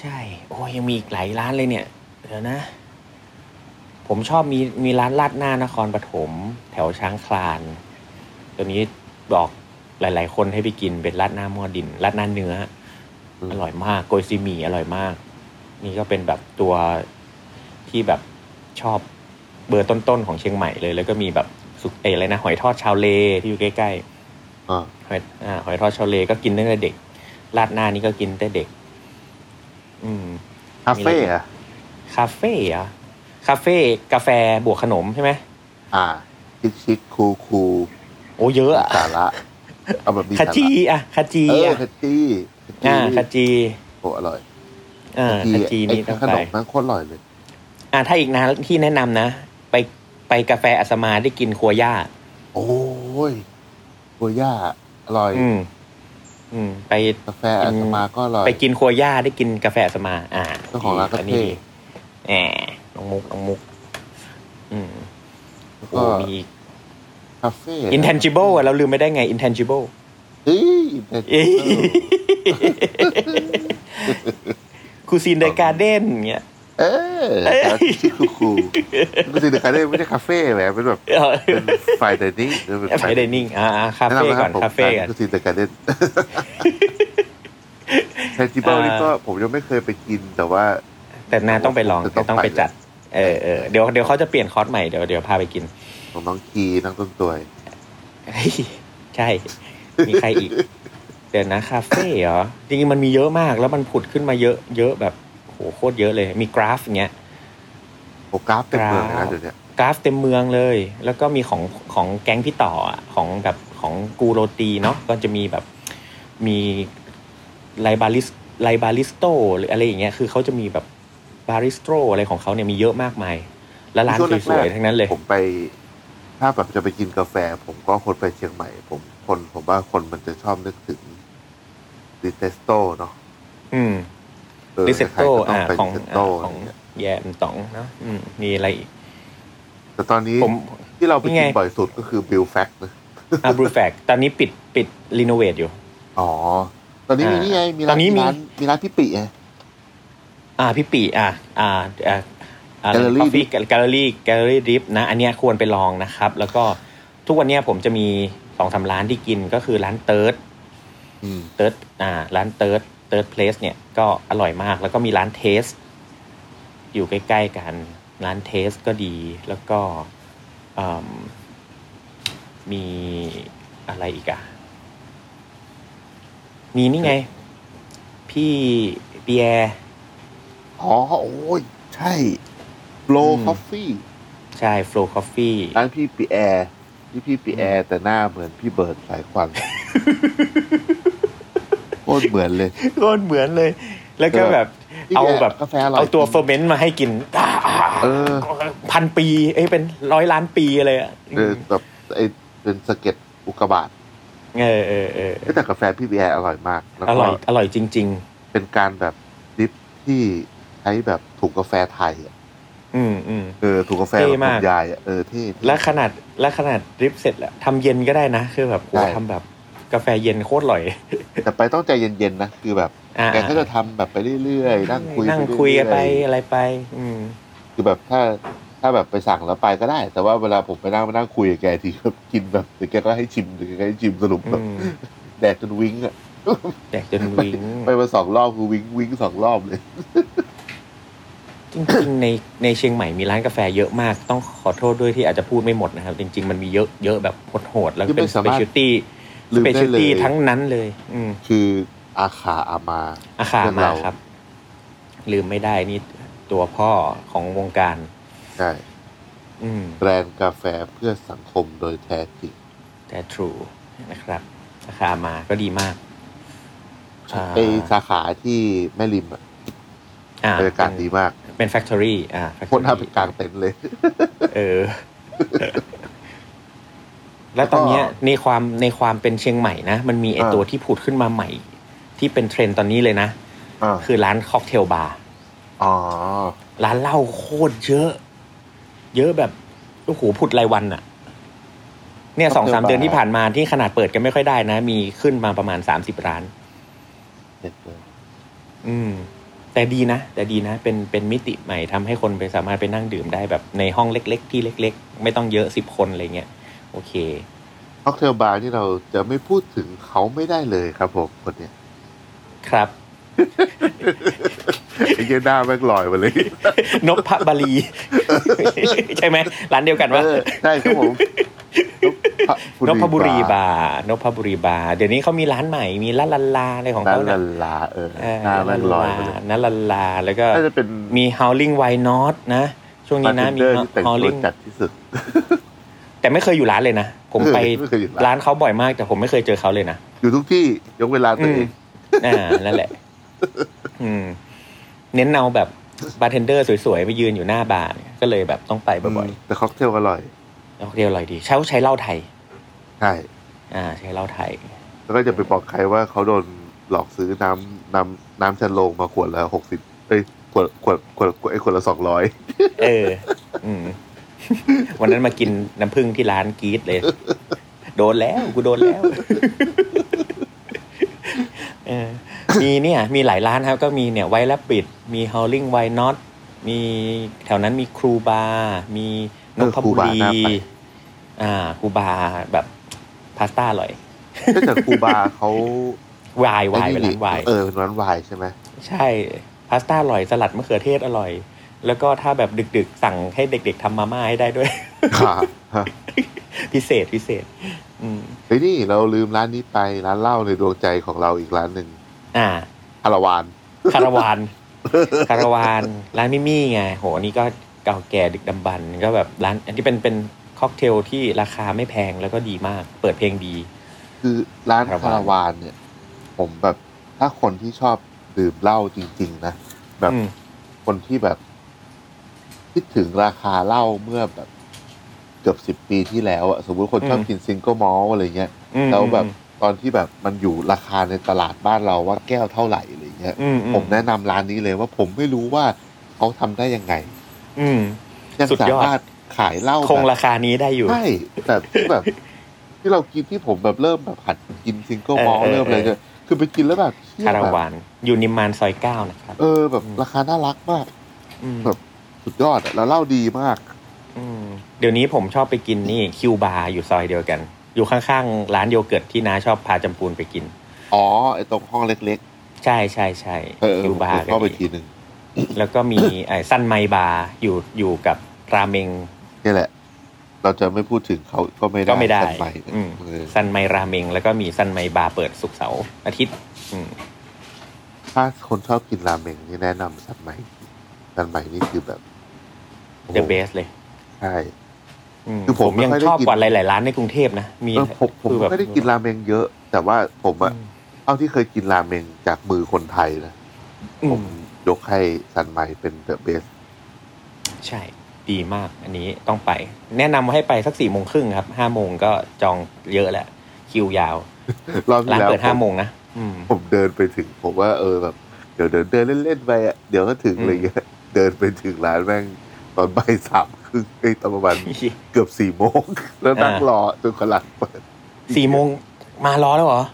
Speaker 3: ใช่ โอ้ยยังมีอีกหลายร้านเลยเนี่ย เดี๋ยวนะ ผมชอบมีมีร้านลาดหน้านครปฐม แถวช้างคลาน ตัวนี้บอก หลาย ๆ คนให้ไปกินเป็นราดหน้าหม้อดินราดหน้าเนื้ออ
Speaker 4: ม
Speaker 3: อร่อยมากโกยซีหมี่อร่อยมาก นี่ก็เป็นแบบตัวที่แบบชอบเบอร์ต้น ๆ ของเชียงใหม่เลย แล้วก็มีแบบสุกเอออะไรนะหอยทอดชาวเลที่อยู่ใกล้ ๆ
Speaker 4: อ่า
Speaker 3: หอยอ่าหอยทอดชาวเลก็กินตั้งแต่เด็ก ราดหน้านี่ก็กินตั้งแต่เด็ก อืม
Speaker 4: คาเฟ่อะ
Speaker 3: คาเฟ่เหรอะคาเฟ่กาแฟบวกขนมใช่ไหม
Speaker 4: อ่า ชิคชิคคูลคูล
Speaker 3: โอ้เยอะอะ
Speaker 4: สาระเอาแบบมี
Speaker 3: คา
Speaker 4: สาระ
Speaker 3: จีอะคาจี
Speaker 4: เออ
Speaker 3: อะ
Speaker 4: คาจี
Speaker 3: อ่า
Speaker 4: คา
Speaker 3: คา
Speaker 4: จี
Speaker 3: จี
Speaker 4: โอ้อร่อย
Speaker 3: อ่าคาจี
Speaker 4: ไอ้
Speaker 3: นี่ต้อง
Speaker 4: ข
Speaker 3: ไป
Speaker 4: นมนั่งโคตรอร่อยเลย
Speaker 3: อ่าถ้าอีกนะที่แนะนำนะ ไปไปกาแฟอัสมาได้กินครัวย่า
Speaker 4: โอ้ยโกย่าอร่อย
Speaker 3: อืม อืม ไป
Speaker 4: กาแฟอัตมาก็อร่อย
Speaker 3: ไปกินครัวย่าได้กินกาแฟอัสมา อ่า
Speaker 4: เจ้าของร้านก็
Speaker 3: อันนี้
Speaker 4: เท่
Speaker 3: ดีแหมน้องมุกน้องมุก อืม
Speaker 4: แล้ว
Speaker 3: โอ้
Speaker 4: ก็
Speaker 3: มีอีก
Speaker 4: คาเฟ่ะ
Speaker 3: intangible อะเราลืมไม่ได้ไง intangible
Speaker 4: เฮ้ย
Speaker 3: เอ้
Speaker 4: intangible
Speaker 3: ย คูซีนเดการเด้นเงี้ย
Speaker 4: เออชิคคูคูปกติเด อะการ์เด้นไม่ใช่คาเฟ่แหละเป็นแบบเป็นไฟเดนิ่ง
Speaker 3: ไปไดนิ่งอ่าคาเฟ่ก่อนคาเฟ่ก่อน
Speaker 4: ปกติเดอะการ์เด้ นแทนจิเบิล
Speaker 3: อ่า
Speaker 4: นี่ก็ผมยังไม่เคยไปกินแต่ว่า
Speaker 3: แต่นาต้องไปลอง
Speaker 4: จะต้อง
Speaker 3: ต้องไป
Speaker 4: ไป
Speaker 3: จัด เออเออเดี๋ยวเดี๋ยวเขาจะเปลี่ยนคอร์สใหม่เดี๋ยวเดี๋ยวพาไปกิน
Speaker 4: ของน้องคีน้องต้นตัวย
Speaker 3: เฮ้ยใช่ มีใครอีก เดี๋ยวนะคาเฟ่เหรอ จริงๆมันมีเยอะมากแล้วมันผุดขึ้นมาเยอะ เยอะแบบโหโคตรเยอะเลย มีกราฟอย่างเงี้ย
Speaker 4: โอกราฟเต็มเมืองเลยนะ
Speaker 3: กราฟ
Speaker 4: เดี๋ยวเนี้ย
Speaker 3: กราฟเต็มเมืองเลย แล้วก็มีของของแก๊งพี่ต่ออะของแบบของกูโรตีเนาะ ก็จะมีแบบมีไลบาริสไลบาริสโตหรืออะไรอย่างเงี้ย คือเขาจะมีแบบบาริสโตอะไรของเขาเนี่ยมีเยอะมากมาย และร้าน
Speaker 4: ช่วงแกๆ
Speaker 3: สวยๆทั้งนั้นเลย
Speaker 4: ผมไป ถ้าแบบจะไปกินกาแฟ ผมก็คนไปเชียงใหม่ ผมคนผมว่าคนมันจะชอบนึกถึงดิเทสโตเนาะ
Speaker 3: อืม
Speaker 4: เออ
Speaker 3: ริเซต
Speaker 4: ใค
Speaker 3: โต
Speaker 4: รๆก็ต้
Speaker 3: อ่า
Speaker 4: ไป
Speaker 3: ของ
Speaker 4: ดิเทส
Speaker 3: อ่า
Speaker 4: โต
Speaker 3: ของแยมต๋องเนาะอืมมีอะไรอีก
Speaker 4: แต่ตอนนี้
Speaker 3: ผม
Speaker 4: ที่เราไปกิน
Speaker 3: นี่ไง
Speaker 4: บ่อยสุดก็คือบิลแฟกนะ
Speaker 3: อาบรูแฟกตอนนี้ปิดปิดรีโนเวทอยู่
Speaker 4: อ๋อ ตอนนี้มีนี่ไง มีร้า
Speaker 3: ตอน นนี้มี
Speaker 4: ร้านมีร้านพี่ปิไง
Speaker 3: อ่าพี่ปีอ่าอ่าอ่าอ่า
Speaker 4: Gallery
Speaker 3: ฟี่แกลเลอรี่แกลเลอรี่ดิฟนะ อันเนี้ยควรไปลองนะครับ แล้วก็ทุกวันเนี้ยผมจะมีสองสามร้านที่กินก็คือร้านเติร์ด
Speaker 4: อืม
Speaker 3: เติร์ดอ่า ร้านเติร์ดเติร์ดเพลสเนี่ยก็อร่อยมาก แล้วก็มีร้านเทส อยู่ใกล้ ๆ กันร้านเทสก็ดี แล้วก็อืมมีอะไรอีกอะมีนี่ไง พี่เปียร์
Speaker 4: อ๋อ โอ้ย ใช่โล
Speaker 3: อืม
Speaker 4: คอฟฟี่
Speaker 3: ใช่ Flow Coffee
Speaker 4: ร้านพี่ปิแอร์นี่พี่ปิแอร์แต่หน้าเหมือนพี่เบิร์ดสายควัน โคตรเหมือนเลย
Speaker 3: โคตรเหมือนเลย แล้วก็แบบ
Speaker 4: นี่ไง
Speaker 3: เอาแบบ
Speaker 4: กาแฟอร่อย
Speaker 3: เอาตัว
Speaker 4: จริง
Speaker 3: เฟอร์เมนต์มาให้กินอ่า
Speaker 4: เออ
Speaker 3: พันปี เอ้ยเป็นร้อยล้านปีเลยอะ
Speaker 4: เออแบบไอเป็นสะเก็ดอุกกาบาต
Speaker 3: เออเออเออ
Speaker 4: เอ้ยแต่กาแฟพี่ปิแอร์อร่อยมาก แล้ว
Speaker 3: อ
Speaker 4: ก็
Speaker 3: ร่อยอร่อยจริง
Speaker 4: เป็นการแบบดริปที่ใช้แบบถุงกาแฟไทยอะ
Speaker 3: ๆ อืมอืม
Speaker 4: เออถุงกาแฟ
Speaker 3: เท่
Speaker 4: แบบ
Speaker 3: มาก
Speaker 4: คุณยายอะเออเท่ๆ
Speaker 3: และขนาดและขนาดดริปเสร็จแล้วทำเย็นก็ได้นะ คือแบบโห
Speaker 4: ใช่
Speaker 3: ทำแบบกาแฟเย็นโคตรอร่อย
Speaker 4: แต่ไปต้องใจเย็นๆนะคือแบบ
Speaker 3: อ่า
Speaker 4: แกก็จะทำแบบไปเรื่อยๆ นั่งคุย
Speaker 3: นั่ง
Speaker 4: เรื่อ
Speaker 3: คุยกันไป
Speaker 4: เรื่อย
Speaker 3: อะไรไป อืม
Speaker 4: ๆคือแบบถ้าถ้าแบบไปสั่งแล้วไปก็ได้ แต่ว่าเวลาผมไปนั่งมานั่งคุยกับแกทีก็กินแบบหรือแกก็ให้ชิมหรือแกก็ให้ชิมสรุปแบบ
Speaker 3: อืม
Speaker 4: แดกจนวิ้งอะ
Speaker 3: แดกจน
Speaker 4: ไป
Speaker 3: วิง
Speaker 4: ไปมาสองรอบคือวิ้งวิ้งสองรอบเลย
Speaker 3: จริงๆ ในในเชียงใหม่มีร้านกาแฟเยอะมาก ต้องขอโทษด้วยที่อาจจะพูดไม่หมดนะครับ จริง ๆ มันมีเยอะเยอะแบบโหดๆแล้วก็
Speaker 4: คือ
Speaker 3: เป็น
Speaker 4: ไม่
Speaker 3: ส
Speaker 4: สา
Speaker 3: เป
Speaker 4: มารถ
Speaker 3: เชียลตี้
Speaker 4: ลื
Speaker 3: ส
Speaker 4: ม
Speaker 3: เป
Speaker 4: ได้เลย
Speaker 3: เชียลตี้ทั้งนั้นเลย อืม
Speaker 4: คืออาคาอามา
Speaker 3: อาคา
Speaker 4: เพื่น
Speaker 3: มา
Speaker 4: เ
Speaker 3: ครับ ลืมไม่ได้นี่ตัวพ่อของวงการ
Speaker 4: ใช่
Speaker 3: อืม
Speaker 4: แบรนด์กาแฟเพื่อสังคมโดยแท้จริง
Speaker 3: แต่ทรูนะครับอาคามาก็ดีมาก อ่า
Speaker 4: ไอสาขาที่แม่ริมอะ
Speaker 3: อ่า
Speaker 4: บรรยากาศดีมาก
Speaker 3: เป็นแฟคทอรี่อ่า
Speaker 4: โค
Speaker 3: factory
Speaker 4: ตรน่าไปกลางเต็นท์เลย
Speaker 3: เออ แล้วตอนเนี้ย
Speaker 4: แล้วก็
Speaker 3: ในความในความเป็นเชียงใหม่นะ มันมีไอ
Speaker 4: อ่า
Speaker 3: ตัวที่ผุดขึ้นมาใหม่ ที่เป็นเทรนด์ตอนนี้เลยนะ
Speaker 4: อ่า
Speaker 3: คือร้านค็อกเทลบาร์
Speaker 4: อ๋อ
Speaker 3: ร้านเหล้าโคตรเยอะ เยอะแบบโอ้โหผุดรายวันอะเนี่ยสอง
Speaker 4: cocktail
Speaker 3: สาม
Speaker 4: bar
Speaker 3: เดือนที่ผ่านมาที่ขนาดเปิดกันไม่ค่อยได้นะ มีขึ้นมาประมาณสามสิบร้าน
Speaker 4: เห็นเลย
Speaker 3: อืม แต่ดีนะ แต่ดีนะ เป็นเป็นมิติใหม่ทำให้คนไปสามารถไปนั่งดื่มได้แบบในห้องเล็ก ๆ ที่เล็ก ๆ ไม่ต้องเยอะสิบคนอะไรเงี้ยโอเค
Speaker 4: ค ค็อกเทลบาร์ที่เราจะไม่พูดถึงเขาไม่ได้เลยครับผมคนเนี้ย
Speaker 3: ครับ
Speaker 4: ไอ้เหี้ยหน้าแม่งลอยมาเลย
Speaker 3: นพบาลี ใช่ไหมร้านเดียวกันว่า
Speaker 4: เออใช่ครับผม
Speaker 3: นพบุรีบาร์นพบุรีบาร์เดี๋ยวนี้เขามีร้านใหม่มีลาลาลาอะไรของ
Speaker 4: นา
Speaker 3: เขา
Speaker 4: ลา
Speaker 3: นะ
Speaker 4: ลาเออ
Speaker 3: เออ
Speaker 4: หน้าแม่งลอยมาเลย
Speaker 3: ลาลาลาแล้วก็
Speaker 4: น่าจะเป็น
Speaker 3: มี howling why not นะ ช่วง
Speaker 4: บา
Speaker 3: นี้
Speaker 4: ร์เทน
Speaker 3: นะมี
Speaker 4: เดอร์ที่แต่งตัว
Speaker 3: howling
Speaker 4: จัดที่สุด
Speaker 3: แต่ไม่เคยอยู่ร้านเลยนะ ผมไป
Speaker 4: ไม่เคยอยู่ร้าน
Speaker 3: ร้านเขาบ่อยมากแต่ผมไม่เคยเจอเขาเลยนะ
Speaker 4: อยู่ทุกที่ยกเวลาตัวเอง
Speaker 3: อืมอ่า นั่นแหละ อืม เน้นเนาแบบบาร์เทนเดอร์สวยๆไปยืนอยู่หน้าบาร์เนี่ยก็เลยแบบต้องไปบ่อย
Speaker 4: แต่ค็อกเทลอร่อย
Speaker 3: ๆแล้วเดียวอร่อยดี ใช้ใช้เหล้าไทย
Speaker 4: ใช่
Speaker 3: อ่า ใช้เหล้าไทย
Speaker 4: แล้วก็จะไปบอกใครว่าเขาโดนหลอกซื้อน้ำน้ำน้ำชันโลงมาขวดละหกสิบเอ้ยขวดขวดขวดขวดไอ้ยขวดละสองร้อย
Speaker 3: เออ อืม วันนั้นมากินน้ำผึ้งที่ร้านกรีดเลย โดนแล้ว กูโดนแล้ว เออ มีเนี่ย มีหลายร้านครับ ก็มีเนี่ยไวแลปิด มีฮอลลิงไวนอตมีแถวนั้นมีครูบา มีนพบุรีอ่าครูบาแบบพาสต้าอร่อย
Speaker 4: ก็จากคูบาเขา
Speaker 3: วายวายเป็นร้านวาย
Speaker 4: เออเป็นร้านวายใช่ไหม
Speaker 3: ใช่พาสต้าอร่อยสลัดมะเขือเทศอร่อย แล้วก็ถ้าแบบดึกๆ สั่งให้เด็ก ๆทำมาม่าให้ได้ด้วย
Speaker 4: ค่ะฮะ
Speaker 3: พิเศษพิเศษ อืม
Speaker 4: เฮ้ยนี่เราลืมร้านนี้ไปร้านเหล้าในดวงใจของเราอีกร้านหนึ่ง
Speaker 3: อ่า
Speaker 4: อารวาน
Speaker 3: คา ราวาน คาราวานร้านมิมี่ไง โหอันนี่ก็เก่าแก่ดึกดำบรรพ์ก็แบบร้าน อันที่เป็นเป็นค็อกเทลที่ราคาไม่แพงแล้วก็ดีมาก เปิดเพลงดี
Speaker 4: คือร้าน
Speaker 3: อารวา
Speaker 4: คาน ราวานเนี่ย ผมแบบถ้าคนที่ชอบดื่มเหล้าจริง ๆ นะแบบ
Speaker 3: อืม
Speaker 4: คนที่แบบคิดถึงราคาเหล้าเมื่อแบบเกือบสิบ10 ปีที่แล้วอะสมมติคนชอบ
Speaker 3: อืม
Speaker 4: กินซิงเกิลมอลต์อะไรเงี้ย
Speaker 3: อืม
Speaker 4: แล้วแบบตอนที่แบบมันอยู่ราคาในตลาดบ้านเราว่าแก้วเท่าไหร่อะไรเงี้ย
Speaker 3: อือื
Speaker 4: ผมแนะนำร้านนี้เลยว่าผมไม่รู้ว่าเขาทำได้ยังไง
Speaker 3: อืม
Speaker 4: ยัง
Speaker 3: สุด
Speaker 4: สาย
Speaker 3: อด
Speaker 4: มารถขายเหล้า
Speaker 3: คง
Speaker 4: แบบ
Speaker 3: ราคานี้ได้อยู่
Speaker 4: ใช่แบบที่แบบ ที่เรากินที่ผมแบบเริ่มแบบหัดกินซิงเกิลมอลต์
Speaker 3: เออเออ
Speaker 4: เริ่มอะไร
Speaker 3: เออ
Speaker 4: เนี่ยคือไปกินแล้วแบบเชี่ย
Speaker 3: คารา
Speaker 4: แบบ
Speaker 3: วานอยู่นิมมานซอยเก้านะครับ
Speaker 4: เออ แบบ
Speaker 3: อืม
Speaker 4: ราคาน่ารักมาก
Speaker 3: อืม
Speaker 4: แบบ สุดยอดอะแล้วเหล้าดีมาก
Speaker 3: อืมเดี๋ยวนี้ผมชอบไปกินนี่คิวบาร์อยู่ซอยเดียวกัน อยู่ข้างๆ ร้านโยเกิร์ตที่น้าชอบพาจำปูนไปกิน
Speaker 4: อ๋อไอตรงห้องเล็ก
Speaker 3: ใช่ใช่ใช่
Speaker 4: ๆ เออเอ
Speaker 3: คิ
Speaker 4: อ
Speaker 3: วบาร์
Speaker 4: ผมเข้าไป
Speaker 3: ดี
Speaker 4: ทีหนึ่ง
Speaker 3: แล้วก็มีไอ้ซันไมบาร์อยู่อยู่กับราเมง
Speaker 4: นี่แหละ เราจะไม่พูดถึงเขาก็ไม่ได้
Speaker 3: ก็ไม่ได้
Speaker 4: ทำไป
Speaker 3: อืม
Speaker 4: เออ
Speaker 3: ซันไมราเมง แล้วก็มีซันไมบาร์เปิดศุกร์เสาร์อาทิตย์ อืม
Speaker 4: ถ้าคนชอบกินราเมงนี่แนะนำสันไหมสันไหมนี่คือแบบโอ้โห
Speaker 3: เดอะเบสเลย
Speaker 4: ใช่
Speaker 3: อืม
Speaker 4: คือ
Speaker 3: ผ
Speaker 4: ผม ม
Speaker 3: ยัง
Speaker 4: ไม่ค่อยได้
Speaker 3: ชอบ
Speaker 4: กิน
Speaker 3: กว่าหลาย ๆ ร้านในกรุงเทพนะ มี
Speaker 4: เออผมผม
Speaker 3: คือแบบ
Speaker 4: ไม่ได้กินราเมงเยอะ แต่ว่าผมอะ
Speaker 3: อืม
Speaker 4: เท่าที่เคยกินราเมงจากมือคนไทยนะ
Speaker 3: อืม
Speaker 4: ผมยกให้สันไหมเป็นเดอะเบส
Speaker 3: ใช่ ดีมาก อันนี้ต้องไป แนะนำว่าให้ไปสักสี่โมงครึ่งครับห้าโมงก็จองเยอะแล้ว คิวยาว
Speaker 4: รอบที่
Speaker 3: ร้าน
Speaker 4: แล้ว
Speaker 3: เปิด
Speaker 4: ผ
Speaker 3: ห้าม โมงนะอืม
Speaker 4: ผมเดินไปถึง ผมว่าเออแบบเดี๋ยวเดินเดินเล่นๆไปอะเดี๋ยวก็ถึง
Speaker 3: อืม
Speaker 4: อะไรเงี้ยเดินไปถึงร้านแม่งตอนบ่ายสามครึ่งไอ้ยตอนประมาณ เกือบสี่โมง แล้วนั่งรอจนกว่าร้านเปิด
Speaker 3: สี่โมงมารอแล้วเหรอ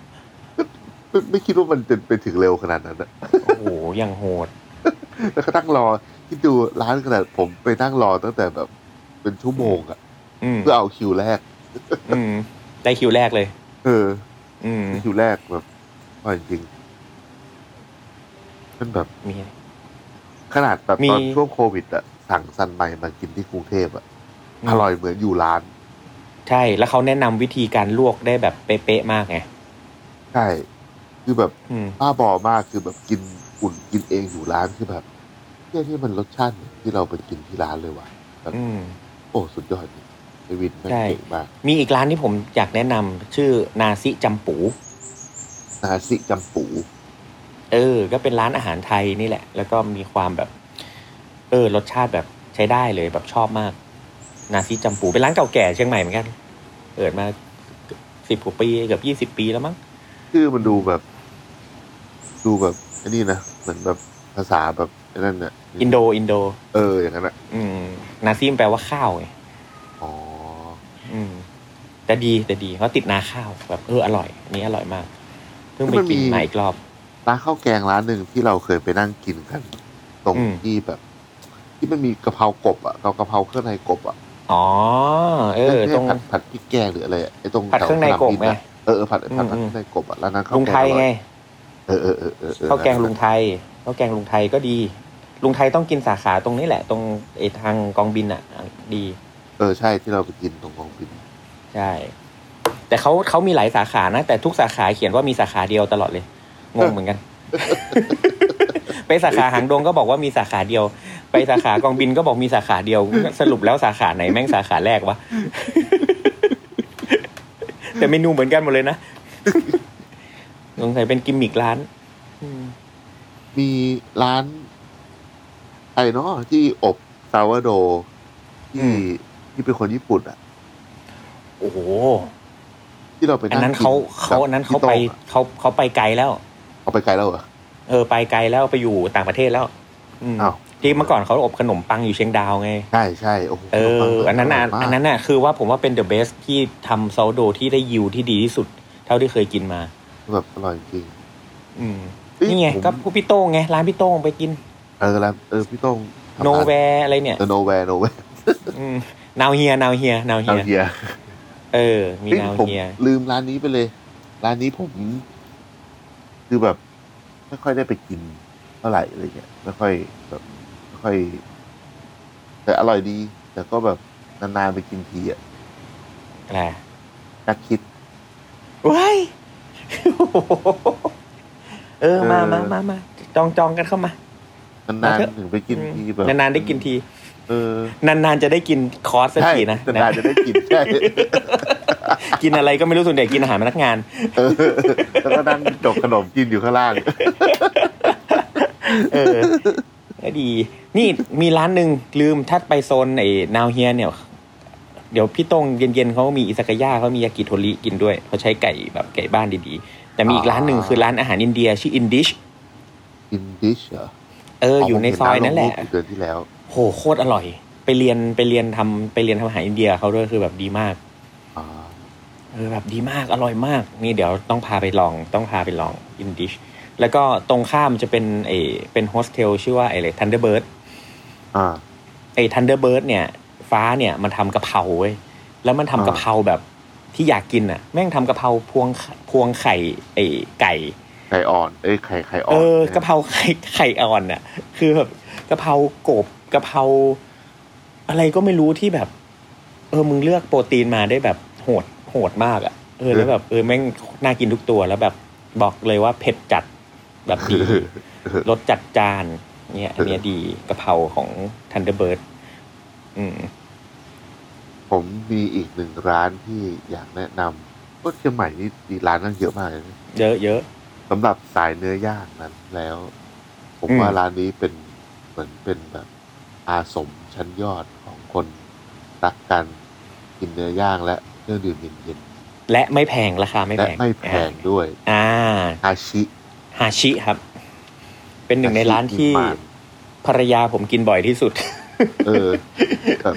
Speaker 4: ไม่ไม่คิดว่ามันจะไปถึงเร็วขนาดนั้นอะ
Speaker 3: โอ้โหยังโหด
Speaker 4: แล้วก็นั่งรอที่ดูร้านขนาดผมไปนั่งรอตั้งแต่แบบเป็นชั่วโมงอะ
Speaker 3: อืม
Speaker 4: เพื่อเอาคิวแรก
Speaker 3: อืมได้คิวแรกเลย
Speaker 4: เออ
Speaker 3: อืม
Speaker 4: คิวแรกแบบว่าจริงมันแบบ
Speaker 3: มี
Speaker 4: ขนาดแบบ
Speaker 3: มี
Speaker 4: ตอนช่วงโควิดอะสั่งซันไมมากินที่กรุงเทพอะอร่อยเหมือนอยู่ร้าน
Speaker 3: ใช่ แล้วเขาแนะนำวิธีการลวกได้แบบเป๊ะๆมากไง
Speaker 4: ใช่คือแบบ
Speaker 3: อืม
Speaker 4: บ้าบอมากคือแบบกินอุ่นกินเองอยู่ร้านคือแบบเนี่ยนี่มันรสชาติเหมือนที่เราไปกินที่ร้านเลยว่ะ
Speaker 3: อืม
Speaker 4: โอ้ สุดยอดจริงไอวินแม่ง
Speaker 3: ใช่
Speaker 4: เก่งมาก
Speaker 3: มีอีกร้านที่ผมอยากแนะนำชื่อนาซิจำปู
Speaker 4: นาซิจำปู
Speaker 3: เออ ก็เป็นร้านอาหารไทยนี่แหละ แล้วก็มีความแบบ เออ รสชาติแบบใช้ได้เลยแบบชอบมาก นาซิจำปูเป็นร้านเก่าแก่เชียงใหม่เหมือนกันเปิดมาสิบกว่าปีเกือบยี่สิบปีแล้วมั้ง
Speaker 4: ชื่อมันดูแบบ ดูแบบไอ้นี่นะ เหมือนแบบภาษาแบบไอ้นั่นน่ะ
Speaker 3: อินโดอินโด
Speaker 4: เออ อย่างนั้นอ่ะ
Speaker 3: อืม นาซิมแปลว่าข้าวไง
Speaker 4: อ๋อ
Speaker 3: อืม แต่ดีแต่ดีเขาติดนาข้าวแบบเอออร่อยอันนี้อร่อยมากเพิ่งไป
Speaker 4: มันมี
Speaker 3: กินมาอีกรอบ
Speaker 4: ร้านข้าวแกงร้านหนึ่งที่เราเคยไปนั่งกินกัน ตรง
Speaker 3: อืม
Speaker 4: ที่แบบ ที่มันมีกะเพรากบอ่ะเรากะเพราเครื่องในกบอ่ะ
Speaker 3: อ๋อ เออตรง
Speaker 4: ผัดผัดพริกแกงหรืออะไรอะไอ้ตรง
Speaker 3: ผัดเครื่องในกบไหม
Speaker 4: แถวสนามบินอะเออเออผัดผัดผัด
Speaker 3: อื
Speaker 4: เครื่
Speaker 3: ม
Speaker 4: องในกบอ่ะร้านนั้นข้าว
Speaker 3: ลุงไทยไง
Speaker 4: เออเออเออเออเออ
Speaker 3: ข้าวแกงลุงไทยข้าวแกงลุงไทยก็ดี ลุงไทยต้องกินสาขาตรงนี้แหละ ตรงไอทางกองบินอ่ะ ดี
Speaker 4: เออใช่ที่เราไปกินตรงกองบิน
Speaker 3: ใช่ แต่เขาเขามีหลายสาขานะ แต่ทุกสาขาเขียนว่ามีสาขาเดียวตลอดเลย งงเหมื อนกัน ไปสาขาหางดงก็บอกว่ามีสาขาเดียว ไปสาขากองบินก็บอกมีสาขาเดียว สรุปแล้วสาขาไหนแม่งสาขาแรกวะ แต่เมนูเหมือนกันหมดเลยนะ สงสัยเป็นกิมมิกร้าน
Speaker 4: มีร้านไอ้เนาะที่อบซาวโด
Speaker 3: อื
Speaker 4: ที่
Speaker 3: ม
Speaker 4: ที่เป็นคนญี่ปุ่นอ่ะ
Speaker 3: โอ้โห
Speaker 4: ที่เราไป
Speaker 3: อัน
Speaker 4: ง
Speaker 3: นั้นเขา
Speaker 4: กิกับ
Speaker 3: เขาอันนั้นเขา
Speaker 4: พี่
Speaker 3: ไป
Speaker 4: โต้งอะ
Speaker 3: เขาเขาไปไกลแล้ว
Speaker 4: เอาไปไกลแล้วเหรอ
Speaker 3: เออไปไกลแล้วไปอยู่ต่างประเทศแล้ว อืม
Speaker 4: อ้าว
Speaker 3: ที่เมื่อก่อนเขาอบขนมปังอยู่เชียงดาวไง
Speaker 4: ใช่ใช่โอ้โห
Speaker 3: เออ อันนั้นน่ะ
Speaker 4: ร่ยมาก
Speaker 3: อันนั้นน่ะคือว่าผมว่าเป็นเดอะเบสที่ทำโซโดที่ได้ยิวที่ดีที่สุด เท่าที่เคยกินมา
Speaker 4: แบบอร่อยจริง
Speaker 3: อืม
Speaker 4: เอ้ย
Speaker 3: นี่ไง
Speaker 4: ผม
Speaker 3: ก็ผู้พี่โต้งไง ร้านพี่โต้งไปกิน
Speaker 4: เออแล้วเออพี่โต้งทำ
Speaker 3: โน
Speaker 4: ร้า
Speaker 3: แวร์อะไรเนี่ย
Speaker 4: เออโนแวร์โนแวร์
Speaker 3: นาวเฮียนาวเฮียนาวเฮี
Speaker 4: เอา
Speaker 3: ย
Speaker 4: เฮีย
Speaker 3: เออ มี
Speaker 4: เฮ้ย
Speaker 3: นาว
Speaker 4: ผม
Speaker 3: เฮีย
Speaker 4: ลืมร้านนี้ไปเลย ร้านนี้ผม คือแบบไม่ค่อยได้ไปกินเท่าไหร่อะไรเงี้ยไม่ค่อยแบบไม่ค่อย แต่อร่อยดี แต่ก็แบบนานๆไปกินทีอ่ะ
Speaker 3: อะไร
Speaker 4: นักคิด
Speaker 3: ว้าย เออมา
Speaker 4: เออ
Speaker 3: มามามาจองจองกันเข้ามา
Speaker 4: นานๆถึงไปกินทีแบบ
Speaker 3: นานๆได้กินที
Speaker 4: เออน
Speaker 3: านๆจะได้กินคอร์สสัก
Speaker 4: ใช่
Speaker 3: ทีนะ
Speaker 4: นานๆจะได้กินใช่
Speaker 3: กินอะไรก็ไม่รู้ส่วนใหญ่กินอาหารพนักงาน
Speaker 4: เออแล้วก็นั่งจกขนมกินอยู่ข้างล่าง
Speaker 3: เออก็ดี นี่มีร้านหนึ่งลืมถ้าไปโซนไอ้นาวเฮียเนี่ย เดี๋ยวพี่ตงเย็นๆเขามีอิซากายะเขามียากิโทริกินด้วยเขาใช้ไก่แบบไก่บ้านดีๆ แต่มีอีก
Speaker 4: อ่า
Speaker 3: ร้านหนึ่งคือร้านอาหารอินเดียชื่ออินดิช
Speaker 4: กินดิชเหรอ
Speaker 3: เอออยู่ในซอยนั่นแหละ
Speaker 4: ผมเารูปเดือนที่แล้ว
Speaker 3: โหโคตรอร่อย ไปเรียนไปเรียนทำไปเรียนทำอาหารอินเดียเขาด้วยคือแบบดีมาก
Speaker 4: อ่า
Speaker 3: เออแบบดีมากอร่อยมาก นี่เดี๋ยวต้องพาไปลองต้องพาไปลองอินดิชแล้วก็ตรงข้ามจะเป็นเออเป็นโฮสเทลชื่อว่าไอ้อะไรทันเดอร์เบิร์ด
Speaker 4: อ่า
Speaker 3: ไอ้ทันเดอร์เบิร์ดเนี่ย ฟ้าเนี่ยมันทำกะเพราเว้ยแล้วมันทำ
Speaker 4: อ่าก
Speaker 3: กะเพราแบบที่อยากกินอ่ะ แม่งทำกะเพราพวงไข่พวงไข่ไอ้ไก่
Speaker 4: ไข่อ่อน เอ้ยไข่ไข่อ่อ
Speaker 3: เอน อกะเพราไข่ไข่อ่อนอ่ะ คือแบบกะเพรากบกะเพราอะไรก็ไม่รู้ที่แบบ เออมึงเลือกโปรตีนมาได้แบบโหดโหดมากอ่ะเออแล้วแบบเออแม่งน่ากินทุกตัวแล้วแบบบอกเลยว่าเผ็ดจัดแบบดี รสจัดจานเนี่ยอันเนี้ยดีกะเพราของทันเดอร์เบิร์ดอืม
Speaker 4: ผมมีอีกหนึ่งร้านที่อยากแนะนำก็เชียงใหม่นี่มีร้านนั่งเยอะมากเลยนะ
Speaker 3: เยอะเยอะ
Speaker 4: สำหรับสายเนื้อย่างนั้นแล้ว ผม
Speaker 3: อืม
Speaker 4: ว่าร้านนี้เป็นเหมือนเป็นแบบอาสมชั้นยอดของคนรักกันกินเนื้อย่างและเครื่องดื่มเย็น
Speaker 3: และไม่แพงราคาไม่
Speaker 4: ๆและ
Speaker 3: แพง
Speaker 4: ไม่แพงด้วย
Speaker 3: อ่า
Speaker 4: อาชิ
Speaker 3: ฮาชิครับ เป็นหนึ่งในร้าน
Speaker 4: อชิ
Speaker 3: ที่
Speaker 4: อิมาน
Speaker 3: ภรรยาผมกินบ่อยที่สุด
Speaker 4: เออแบบ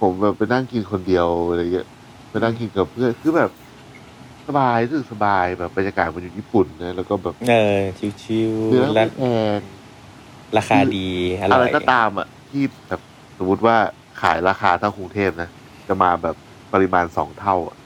Speaker 4: ผมแบบไปนั่งกินคนเดียวอะไรเงี้ยไปนั่งกินกับเพื่อนคือแบบสบายรู้สึกสบายแบบบรรยากาศมันอยู่ญี่ปุ่นนะแล้วก็แบบ
Speaker 3: เออ ชิว
Speaker 4: เนื้อ
Speaker 3: ๆและ
Speaker 4: ไม่แพง
Speaker 3: ราคาดีอ
Speaker 4: อะ
Speaker 3: ร่
Speaker 4: ไร
Speaker 3: อย
Speaker 4: ก็ตามอ่ะที่แบบสมมติว่าขายราคาเท่ากรุงเทพนะจะมาแบบปริมาณสองเท่าอะ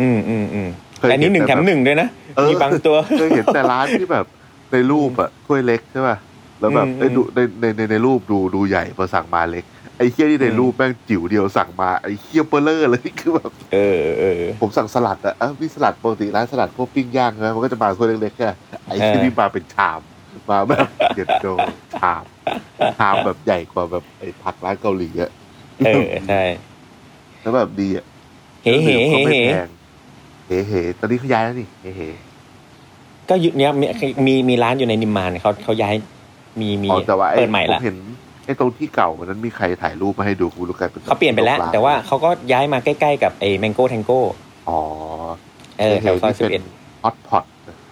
Speaker 3: อืมอืมอืม
Speaker 4: เคย
Speaker 3: อันนี้หนึ่งแถ
Speaker 4: ต่
Speaker 3: ม
Speaker 4: บบ
Speaker 3: หนึ่งด้วยนะ
Speaker 4: เออ
Speaker 3: มีบางตัว
Speaker 4: เคยเห็นแต่ร้านที่ แบบในรูปอ่ะถ้วยเล็กใช่ป่ะแล้วแบบ
Speaker 3: อืม
Speaker 4: ในดูในในในในรูปดูดูใหญ่พอสั่งมาเล็กไอ้เคี้ยที่ใน
Speaker 3: อืม
Speaker 4: รูปแม่งจิ๋วเดียวสั่งมาไอ้เคี้ยเปเลอร์เลย คือแบบ
Speaker 3: เออเออ
Speaker 4: ผมสั่งสลัดอะเอ้ามีสลัดปกติร้านสลัดพวกปิ้งย่างนะมันก็จะมาถ้วยเล็กๆแค่ไอ้
Speaker 3: เออ
Speaker 4: ที่นี่มาเป็นชาม มาแบบเด็ดโดชามชามแบบใหญ่กว่าแบบไอ้ผักร้านเกาหลีอะ
Speaker 3: เออใช่
Speaker 4: แล้วแบบดีอะ
Speaker 3: เฮ้เฮ้
Speaker 4: ก็
Speaker 3: เฮ้
Speaker 4: ไม่
Speaker 3: เฮ้
Speaker 4: แพงเฮ้เฮ้ตอนนี้เขาย้ายแล้วนี่เฮ้เฮ้
Speaker 3: ก็อยู่เนี้ยมีมีมีร้านอยู่ในนิมมานเขาเขาย้ายมีมี
Speaker 4: อ๋อแต่ว่าไอ้
Speaker 3: เปิดใหม่
Speaker 4: ผ
Speaker 3: ละ
Speaker 4: มเห็นไอ้ตรงที่เก่ามันนั้นมีใครถ่ายรูปมาให้ดูคุณลูกกายเป็น
Speaker 3: เขาเปลี่ยนไปแล้ว
Speaker 4: ดก
Speaker 3: แต่ว่าเขาก็ย้ายมาใกล้ๆกับไอ้แมงโก้แทงโก้
Speaker 4: อ๋อ
Speaker 3: เออแถวซอยสิบเอ็ด
Speaker 4: ฮอตพอต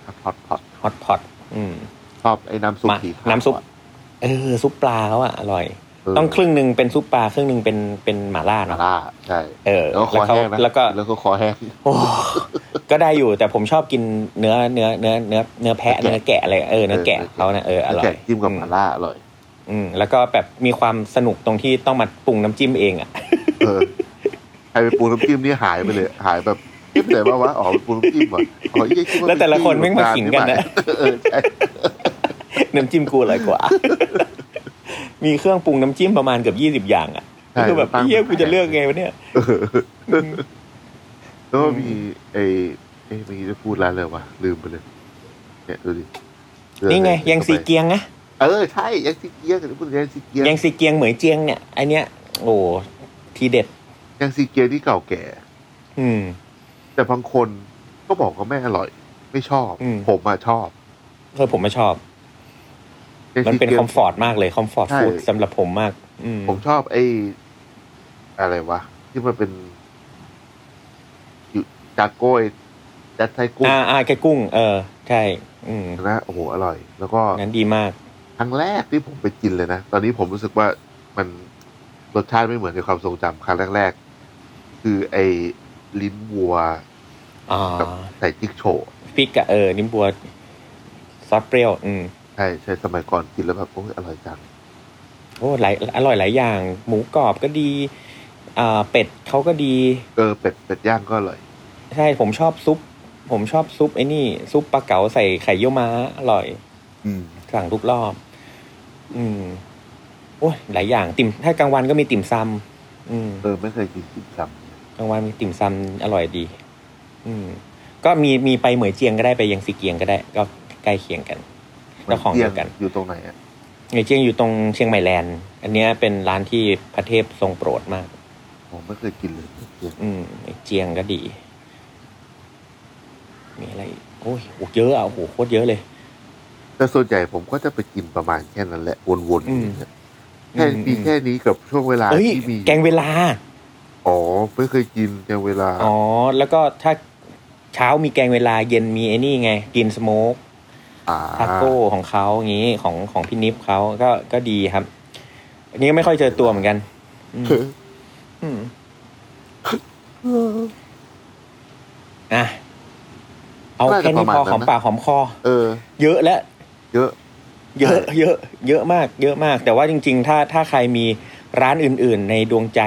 Speaker 4: ฮอตพอต
Speaker 3: ฮอตพอตอืม
Speaker 4: ชอบไอ้น้ำซุป
Speaker 3: มา
Speaker 4: สีขาว
Speaker 3: น้ำซุป
Speaker 4: อะ
Speaker 3: เออ ซุปปลาเขาอะอร่อย
Speaker 4: เ
Speaker 3: ต้องครึ่งหนึ่งเป็นซุปปลาครึ่งหนึ่งเป็นเป็นหม่าล่า
Speaker 4: มา
Speaker 3: เนาะ
Speaker 4: ล่าใช่
Speaker 3: เออ
Speaker 4: แล้วก็คอ
Speaker 3: เขา
Speaker 4: แห้งนะ
Speaker 3: แล้วก็
Speaker 4: แล้วก็คอแห้ง
Speaker 3: โอ้ ก็ได้อยู่แต่ผมชอบกินเนื้อเนื้อเนื้อเนื้อเนื้อแพะเนื้อแกะอะไรเออเนื้อแกะเขาเนี่ยเอออร่อ
Speaker 4: แกะ
Speaker 3: ย
Speaker 4: จิ้มกับหม่าล่าอร่อย
Speaker 3: อืมแล้วก็แบบมีความสนุกตรงที่ต้องมาปรุงน้ำจิ้มเองอ่ะ
Speaker 4: เออ ใครไปปูน้ำจิ้มนี่หายไปเลย หายแบบคิดเลยว่าวะอ๋อไปปูน้ำจิ้มเหรออ๋อเหี้ยคิดา
Speaker 3: แล้วแต่ละคนแม่งมาขิงกันนะ
Speaker 4: เออใช่
Speaker 3: น้ำจิ้มกูอร่อยกว่า มีเครื่องปรุงน้ำจิ้มประมาณเกือบยี่สิบอย่างอ่ะ
Speaker 4: ใช่
Speaker 3: คือแบบเฮียกูจะเลือกไงวะเนี่ย
Speaker 4: เออแล้วก็มีไอ้ไอ้เมื่อกี้จะพูดร้านเลยวะลืมไปเลยเนี่ยดูดิ
Speaker 3: นี่ไงยังซีเกียงนะ
Speaker 4: เออใช่ยังซีเกียงพูดถึงยังซีเกียง
Speaker 3: ยังซีเกียงเหมยเจียงเนี่ยไอเนี้ยโอ้ทีเด็ด
Speaker 4: ยังซีเกียงที่เก่าแก่
Speaker 3: อืม
Speaker 4: แต่บางคนก็บอกว่าไม่อร่อย ไม่ชอบ
Speaker 3: อืม
Speaker 4: ผมอะชอบ
Speaker 3: เออผมไม่ชอบ
Speaker 4: ยัง
Speaker 3: มัน
Speaker 4: ซี
Speaker 3: เป็น
Speaker 4: กียง
Speaker 3: คอมฟอร์ตมากเลยคอมฟอร์ต
Speaker 4: ใช่
Speaker 3: ฟู้ดสำหรับผมมาก อืม
Speaker 4: ผมชอบไอ้อะไรวะ ที่มันเป็นอยู่จากโก้ยดัดไทยกุ้ง
Speaker 3: อ่าอ่าแกกุ้ง เออ ใช่ อืม
Speaker 4: นะโอ้โหอร่อย แล้วก็
Speaker 3: นั้นดีมาก
Speaker 4: ครั้งแรกที่ผมไปกินเลยนะ ตอนนี้ผมรู้สึกว่ามันรสชาติไม่เหมือนในความทรงจำครั้งแรกๆ คือไอ้ลิ้นวัว
Speaker 3: อ่า
Speaker 4: กับใส่จิ๊กโฉ
Speaker 3: พริกกับเออ นิมบัวซอสเปรี้ยว อืม
Speaker 4: ใช่ใช่สมัยก่อนกินแล้วแบบโอ้ยอร่อยจัง
Speaker 3: โอ้หลายอร่อยหลายอย่าง หมูกรอบก็ดี อ่า เป็ดเขาก็ดี
Speaker 4: เออเป็ดเป็ดย่างก็อร่อย
Speaker 3: ใช่ผมชอบซุป ผมชอบซุปไอ้นี่ ซุปปลาเก๋าใส่ไข่เยี่ยวม้า อร่อย
Speaker 4: อืม
Speaker 3: สั่งทุกรอบ อืม โอ้ย หลายอย่าง ติ่ม ถ้ากลางวันก็มีติ่มซำ อืม
Speaker 4: เออไม่เคยกินติ่มซ
Speaker 3: กลางวันมีติ่มซำอร่อยดี อืม ก็มีมีไปเหมยเจียงก็ได้ไปยังสีเกียงก็ได้ ก็ใกล้เคียงกัน
Speaker 4: ำ
Speaker 3: ก็ของเดียวกัน
Speaker 4: มัอยู่ตรงไหนอ่ะ
Speaker 3: เหมยเจียงอยู่ตรงเชียงใหม่แลนด์ อันเนี้ยเป็นร้านที่พระเทพทรงโปรดมาก
Speaker 4: ผมไม่เคยกินเลยเป็ดเจียง
Speaker 3: อืมเหมยเจียงก็ดี มีอะไรอีกโอ้ยโอ้เยอะอ่ะโอ้โหโคตรเยอะเลย
Speaker 4: แต่ส่วนใหญ่ผมก็จะไปกินประมาณแค่นั้นแหละ วนๆ
Speaker 3: อืม
Speaker 4: อย่างเงี้ยแค่มี
Speaker 3: อืม
Speaker 4: แค่นี้กับช่วงเวลา
Speaker 3: เอ้ย
Speaker 4: ที่มี
Speaker 3: แกงเวลา
Speaker 4: อ๋อไม่เคยกินแกงเวลา
Speaker 3: อ๋อ แล้วก็ถ้าเช้ามีแกงเวลาเย็นมีไอ้นี่ไงกินสโมก
Speaker 4: อ่า
Speaker 3: ทาโก้ของเขาอย่างนี้ของของพี่นิฟเขาก็ก็ดีครับ อันนี้ไม่ค่อยเจอตัวเหมือนกัน อืมอืมอ่ะเอาแค่นี้พอหอมปากหอมคอ
Speaker 4: เออ
Speaker 3: เยอะและ
Speaker 4: เยอะ
Speaker 3: เยอะ เยอะ เยอะมาก เยอะมาก แต่ว่าจริง ๆ ถ้าถ้าใครมีร้านอื่น ๆ ในดวงใจ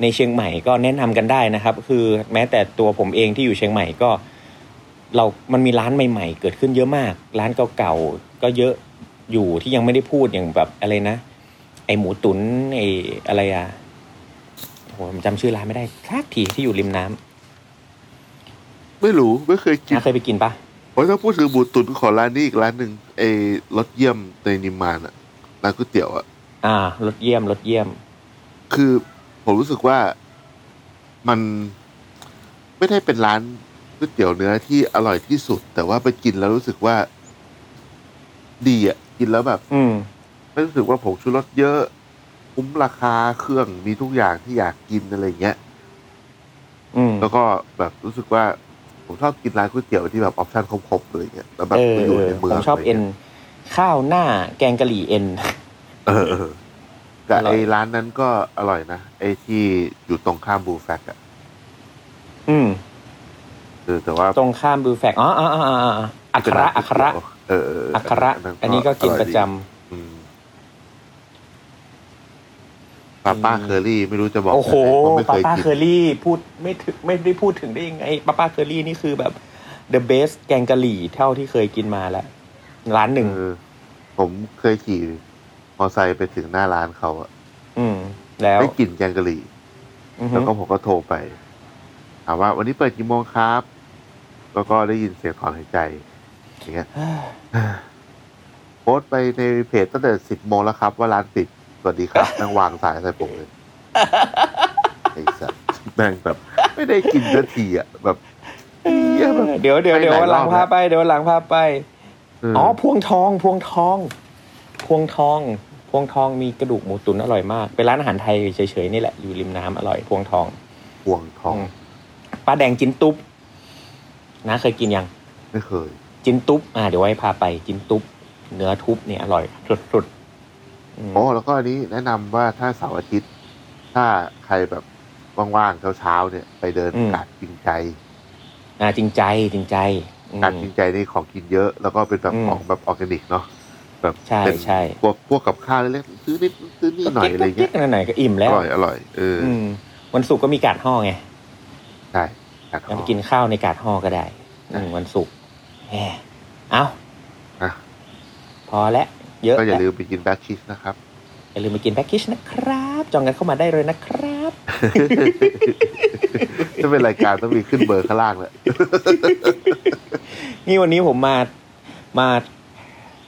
Speaker 3: ในเชียงใหม่ก็แนะนำกันได้นะครับ คือแม้แต่ตัวผมเองที่อยู่เชียงใหม่ก็ เรา มันมีร้านใหม่ ๆ เกิดขึ้นเยอะมาก ร้านเก่าๆก็เยอะอยู่ที่ยังไม่ได้พูดอย่างแบบอะไรนะ ไอหมูตุนไออะไรอะโหผมจำชื่อร้านไม่ได้สักทีที่อยู่ริมน้
Speaker 4: ไม่รู้ไม่เคย
Speaker 3: ำ
Speaker 4: กิน
Speaker 3: นะเคยไปกินปะ
Speaker 4: โอ้ยถ้าพูดถึงบูตุนขอร้านนี้อีกร้านหนึ่งไอ้รสเยี่ยมในนิมมานอะร้านก๋วยเตี๋ยวอะ
Speaker 3: อ่ารถเยี่ยมรถเยี่ยม
Speaker 4: คือผมรู้สึกว่ามันไม่ได้เป็นร้านก๋วยเตี๋ยวเนื้อที่อร่อยที่สุด แต่ว่าไปกินแล้วรู้สึกว่า ดีอะกินแล้วแบบ
Speaker 3: อืม
Speaker 4: ไม่รู้สึกว่าผงชูรสเยอะ คุ้มราคาเครื่องมีทุกอย่างที่อยากกินอะไรเงี้ย
Speaker 3: อืม
Speaker 4: แล้วก็แบบรู้สึกว่า ผมชอบกินร้านก๋วยเตี๋ยวที่แบบออปชั่นครบๆเลยเงี้ยแล้วแบบ
Speaker 3: เออ
Speaker 4: ไปอยู่ในเมื
Speaker 3: ผ
Speaker 4: อ
Speaker 3: มชอบ
Speaker 4: งะไร
Speaker 3: เอ็น
Speaker 4: งี้ย
Speaker 3: ข้าวหน้าแกงกะหรี่เอ็น
Speaker 4: เออเออแต่
Speaker 3: อร่อย
Speaker 4: ไอ้ร้านนั้นก็อร่อยนะไอ้ที่อยู่ตรงข้ามบูแฟกอะ
Speaker 3: อืม
Speaker 4: เออแต่ว่า
Speaker 3: ตรงข้ามบูแฟกอ๋ออ๋ออ๋ออ๋ออ๋ออัคระอัคระ
Speaker 4: เออเออ
Speaker 3: อั
Speaker 4: เอั
Speaker 3: คระ อันนี้ก็กินประจำ
Speaker 4: ป้าป้าเคอรี่ไม่รู้จะบอก
Speaker 3: โอ้โห
Speaker 4: ยังไงเพราะไม่เคย
Speaker 3: ป้าป้า
Speaker 4: กิ
Speaker 3: เคอรี่พูดไม่ถึงไม่ได้พูดถึงได้ยังไงป้าป้าเคอรี่นี่คือแบบ the best แกงกะหรี่เท่าที่เคยกินมาแล้วร้านหนึ่ง
Speaker 4: เออผมเคยขี่มอไซค์ไปถึงหน้าร้านเขาอะ
Speaker 3: อืม แล้ว
Speaker 4: ได้กลิ่นแกงกะหรี่
Speaker 3: อือฮึ
Speaker 4: แล้วก็ผมก็โทรไป ถามว่าวันนี้เปิดกี่โมงครับ แล้วก็ได้ยินเสียงถอนหายใจ อย่าง เงี้ย โพสต์ไปในเพจตั้งแต่สิบโมงแล้วครับ ว่าร้านปิด สวัสดีครับ นั่งวางสายใส่ผมเลยไอ้สัสแม่งแบบ ไม่ได้กินสักทีอ่ะ แบบเหี้ยแบบ
Speaker 3: เดี๋ยวเดี๋ยวเดี๋ยว
Speaker 4: ไปหลาย
Speaker 3: วันหลัง
Speaker 4: รอบ
Speaker 3: พา
Speaker 4: แล้ว
Speaker 3: ไปเดี๋ยววันหลังพาไป
Speaker 4: เอ๋
Speaker 3: อ๋อพวงทองพวงทอง พวงทอง พวงทองมีกระดูกหมูตุ๋นอร่อยมาก เป็นร้านอาหารไทยเฉยๆนี่แหละอยู่ริมน้ำอร่อย พวงทอง
Speaker 4: ห่วงทอง
Speaker 3: มปลาแดงจิ้นตุ๊บนะเคยกินยัง
Speaker 4: ไม่เคย
Speaker 3: จิ้นตุ๊บอ่าเดี๋ยวไว้พาไปจิ้นตุ๊บเนื้อทุบเนี่ยอร่อยสุดๆอืม
Speaker 4: โอ้แล้วก็อันนี้แนะนำว่าถ้าเสาร์อาทิตย์ ถ้าใครแบบว่างๆเช้าๆเนี่ย ไปเดินกาดปิงใจ
Speaker 3: อ่าจริงใจจริงใจอืม
Speaker 4: การกินใจนี่ของกินเยอะ แล้วก็เป็นแบบ
Speaker 3: อืม
Speaker 4: ของแบบออร์แกนิกเนาะ แบบ
Speaker 3: ใช่
Speaker 4: เป็น
Speaker 3: ใช่
Speaker 4: พวกพวกกับข้าวเล็กๆซื้อนิดซื้อนี่หน่อยอะไร
Speaker 3: ก็
Speaker 4: เงี้
Speaker 3: ก
Speaker 4: ย
Speaker 3: ๆหน่อยๆก็อิ่ม
Speaker 4: อ
Speaker 3: แล้ว
Speaker 4: ร่อยอร่อยเอออ
Speaker 3: อืมวันศุกร์ก็มีการห่อไง
Speaker 4: ใช่ครับ
Speaker 3: แล้วไปกินข้าวในการห่อก็ได้
Speaker 4: ใช่
Speaker 3: อืมวันศุกร์แหมเอ้า
Speaker 4: อ่ะ
Speaker 3: พอแล้วเยอะ
Speaker 4: ก็อย่า
Speaker 3: แล้ว
Speaker 4: ลืมไปกินแบล็กชีสนะครับ
Speaker 3: อย่าลืมไปกินแพ็กเกจนะครับ จองกันเข้ามาได้เลยนะครับ
Speaker 4: ถ้าเป็นรายการต้องมีขึ้นเบอร์ข้างล่างเลย
Speaker 3: นี่วันนี้ผมมามา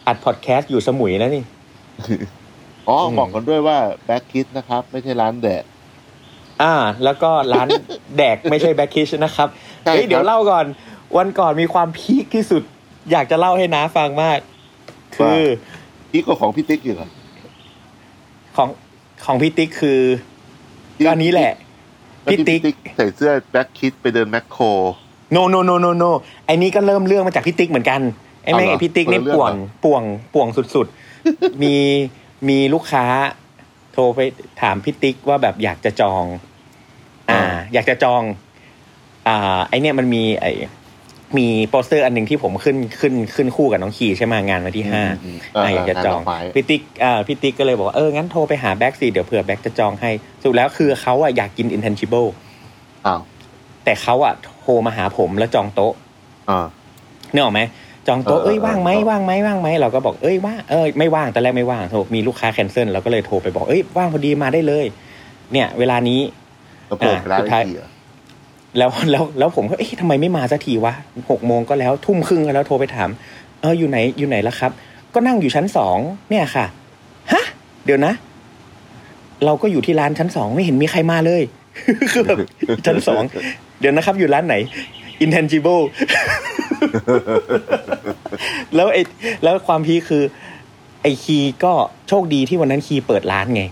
Speaker 3: อัดพอดแคสต์อยู่สมุยนะนี่
Speaker 4: อ๋ออ
Speaker 3: ม
Speaker 4: บอกกันด้วยว่าแบล็กชีสนะครับ ไม่ใช่ร้านแดด
Speaker 3: อ่า แล้วก็ร้าน แดกไม่ใช่แบ็คคิชนะครับ
Speaker 4: ใช่ครั
Speaker 3: เฮ้ย
Speaker 4: บ
Speaker 3: เดี๋ยวเล่าก่อน วันก่อนมีความพีคที่สุด อยากจะเล่าให้น้าฟังมาก คือ
Speaker 4: นี่ก็ของพี่ติ๊กอยู่เหรอ
Speaker 3: ของของพี่ติ๊กคือ
Speaker 4: ที่
Speaker 3: อันนี้แหละ
Speaker 4: แล้วที่
Speaker 3: พี่ติ๊
Speaker 4: พี่
Speaker 3: ก
Speaker 4: ติ๊กใส่เสื้อแบล็กชีสไปเดินแมคโคร
Speaker 3: โนโนโนโนโนไอ้นี่ก็เริ่มเรื่องมาจากพี่ติ๊กเหมือนกันไอ้แม่ง
Speaker 4: เอาเหรอ
Speaker 3: ไอ้พี่ติ๊กนี่
Speaker 4: คนละเรื่อง
Speaker 3: ป่วง
Speaker 4: เหรอ
Speaker 3: ป่วงป่วงสุดๆ มีมีลูกค้า โทรไปถามพี่ติ๊กว่าแบบอยากจะจอง อ่า อยากจะจอง อ่า ไอเนี่ยมันมี ไอมีโปสเตอร์อันหนึ่งที่ผมขึ้นขึ้นขึ้นคู่กับน้องขี่ใช่ไหมงานวันที่ห้า
Speaker 4: อืม
Speaker 3: อ่ะอยากจะจอง
Speaker 4: นดกไม้
Speaker 3: พี่ติ๊กอ่าพี่ติ๊กก็เลยบอกว่าเอองั้นโทรไปหาแบ็กสิเดี๋ยวเผื่อแบ็กจะจองให้สรุดแล้วคือเขาอ่ะอยากกิน intangible
Speaker 4: อ้าว
Speaker 3: แต่เขาอ่ะโทรมาหาผมแล้วจองโต๊ะ
Speaker 4: อ่า
Speaker 3: นึกออกไหมจองโต๊ะ
Speaker 4: เออ
Speaker 3: เอ้ยว่างไหม
Speaker 4: เออ
Speaker 3: ว่างไหมว่างไหมเราก็บอกเอ้ยว่างเอ้ยไม่ว่างแต่แรกไม่ว่างโทรมีลูกค้าแคนเซิลเราก็เลยโทรไปบอกเอ้ยว่างพอดีมาได้เลย เนี่ย เวลานี้
Speaker 4: จะเปิดไปร้าน
Speaker 3: อ่ะสุดท้าย
Speaker 4: อีกทีเหรอ
Speaker 3: แล้ว แล้วแล้วผมก็เอ๊ะทำไมไม่มาสักทีวะหกโมงก็แล้วทุ่มครึ่งก็แล้วโทรไปถาม เอออยู่ไหนอยู่ไหนแล้วครับ ก็นั่งอยู่ชั้นสองเนี่ยค่ะฮะเดี๋ยวนะ เราก็อยู่ที่ร้านชั้นสองไม่เห็นมีใครมาเลย คือแบบชั้นสองเดี๋ยวนะครับ อยู่ร้านไหน intangible แล้วไอ้แล้วความพีคคือ ไอ้คีก็โชคดีที่วันนั้นคีเปิดร้านไง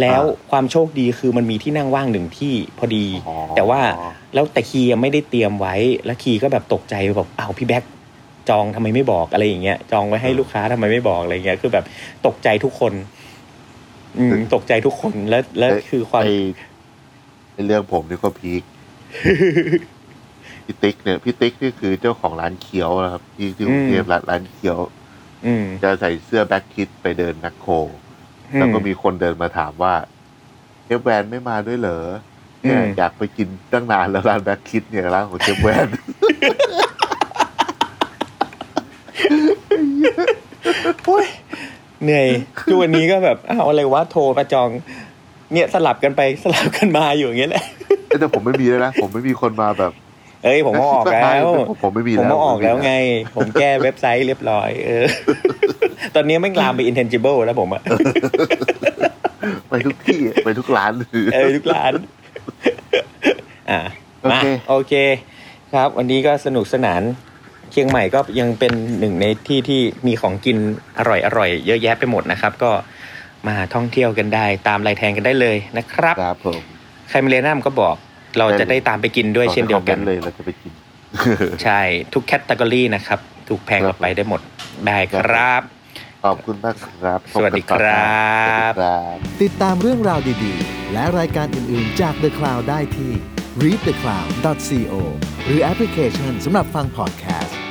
Speaker 3: แล้วความโชคดีคือมันมีที่นั่งว่างหนึ่งที่พอดี
Speaker 4: อ๋อ
Speaker 3: แต่ว่าแล้วแต่คีย์ยังไม่ได้เตรียมไว้ แล้วคีย์ก็แบบตกใจแบบอ้าวพี่แบ็คจองทำไมไม่บอกอะไรอย่างเงี้ยจองไว้ให้ลูกค้าทำไมไม่บอกอะไรเงี้ยคือแบบตกใจทุกคน อืมตกใจทุกคนแล้วแล้วคือความ
Speaker 4: ไไอ้เรื่องผมนี่ก็พีคพี่ติ๊กเนี่ยพี่ติ๊กนี่คือเจ้าของร้านเคี้ยวนะครับที่ที่กรุงเทพ
Speaker 3: อืม
Speaker 4: ร้านร้านเคี้ยว
Speaker 3: อืม
Speaker 4: จะใส่เสื้อแบ็คคิดไปเดินแมคโคร แล้วก็มีคนเดินมาถามว่าเชฟแวนไม่มาด้วยเหรอเนี่ยอยากไปกินตั้งนานแล้วร้านแบ็คคิดเนี่ยร้านของเชฟแวน
Speaker 3: โอ้ยเหนื่อยทุกวันนี้ก็แบบอ้าวอะไรวะโทรประจอง เนี่ยสลับกันไปสลับกันมาอยู่อย่างเงี้ยแหละ
Speaker 4: แต่ผมไม่มีแล้วนะผมไม่มีคนมาแบบ
Speaker 3: เอ้ยผมเอาออกแล้ว
Speaker 4: ผมไม่มี
Speaker 3: ผม
Speaker 4: แล้ว
Speaker 3: มาออกแล้วไง ผมแก้เว็บไซต์เรียบร้อย เออ ตอนนี้ไม่งลามไป intangible แล้วผมอะ
Speaker 4: ไปทุกที่ไปทุกร้านเลย
Speaker 3: เออทุกร้าน อ่ะ
Speaker 4: โอ
Speaker 3: มา
Speaker 4: เค
Speaker 3: โอเค ครับ วันนี้ก็สนุกสนาน เชียงใหม่ก็ยังเป็นหนึ่งในที่ที่มีของกินอร่อยอร่อยๆเยอะแยะไปหมดนะครับ ก็มาท่องเที่ยวกันได้ตามลายแทงกันได้เลยนะครับ
Speaker 4: ครับผม
Speaker 3: ใครมาเรียนน้ำก็บอกเราจะได้ตามไปกินด้วยเช่นเดียวกัน
Speaker 4: คอมมต์เลยเราจะไปกิน
Speaker 3: ใช่ ทุกแคตตากรีนะครับ ถูกแพงกว่าไปได้หมดได้ครับ
Speaker 4: ขอบคุณมากครับพบ
Speaker 3: สวัสดี
Speaker 4: กันต่อ
Speaker 3: ครับ
Speaker 4: สวัสดีครับ
Speaker 1: ติดตามเรื่องราวดีๆ และรายการอื่นๆจาก The Cloud ได้ที่ readthecloud.co หรือแอปพลิเคชันสำหรับฟัง podcast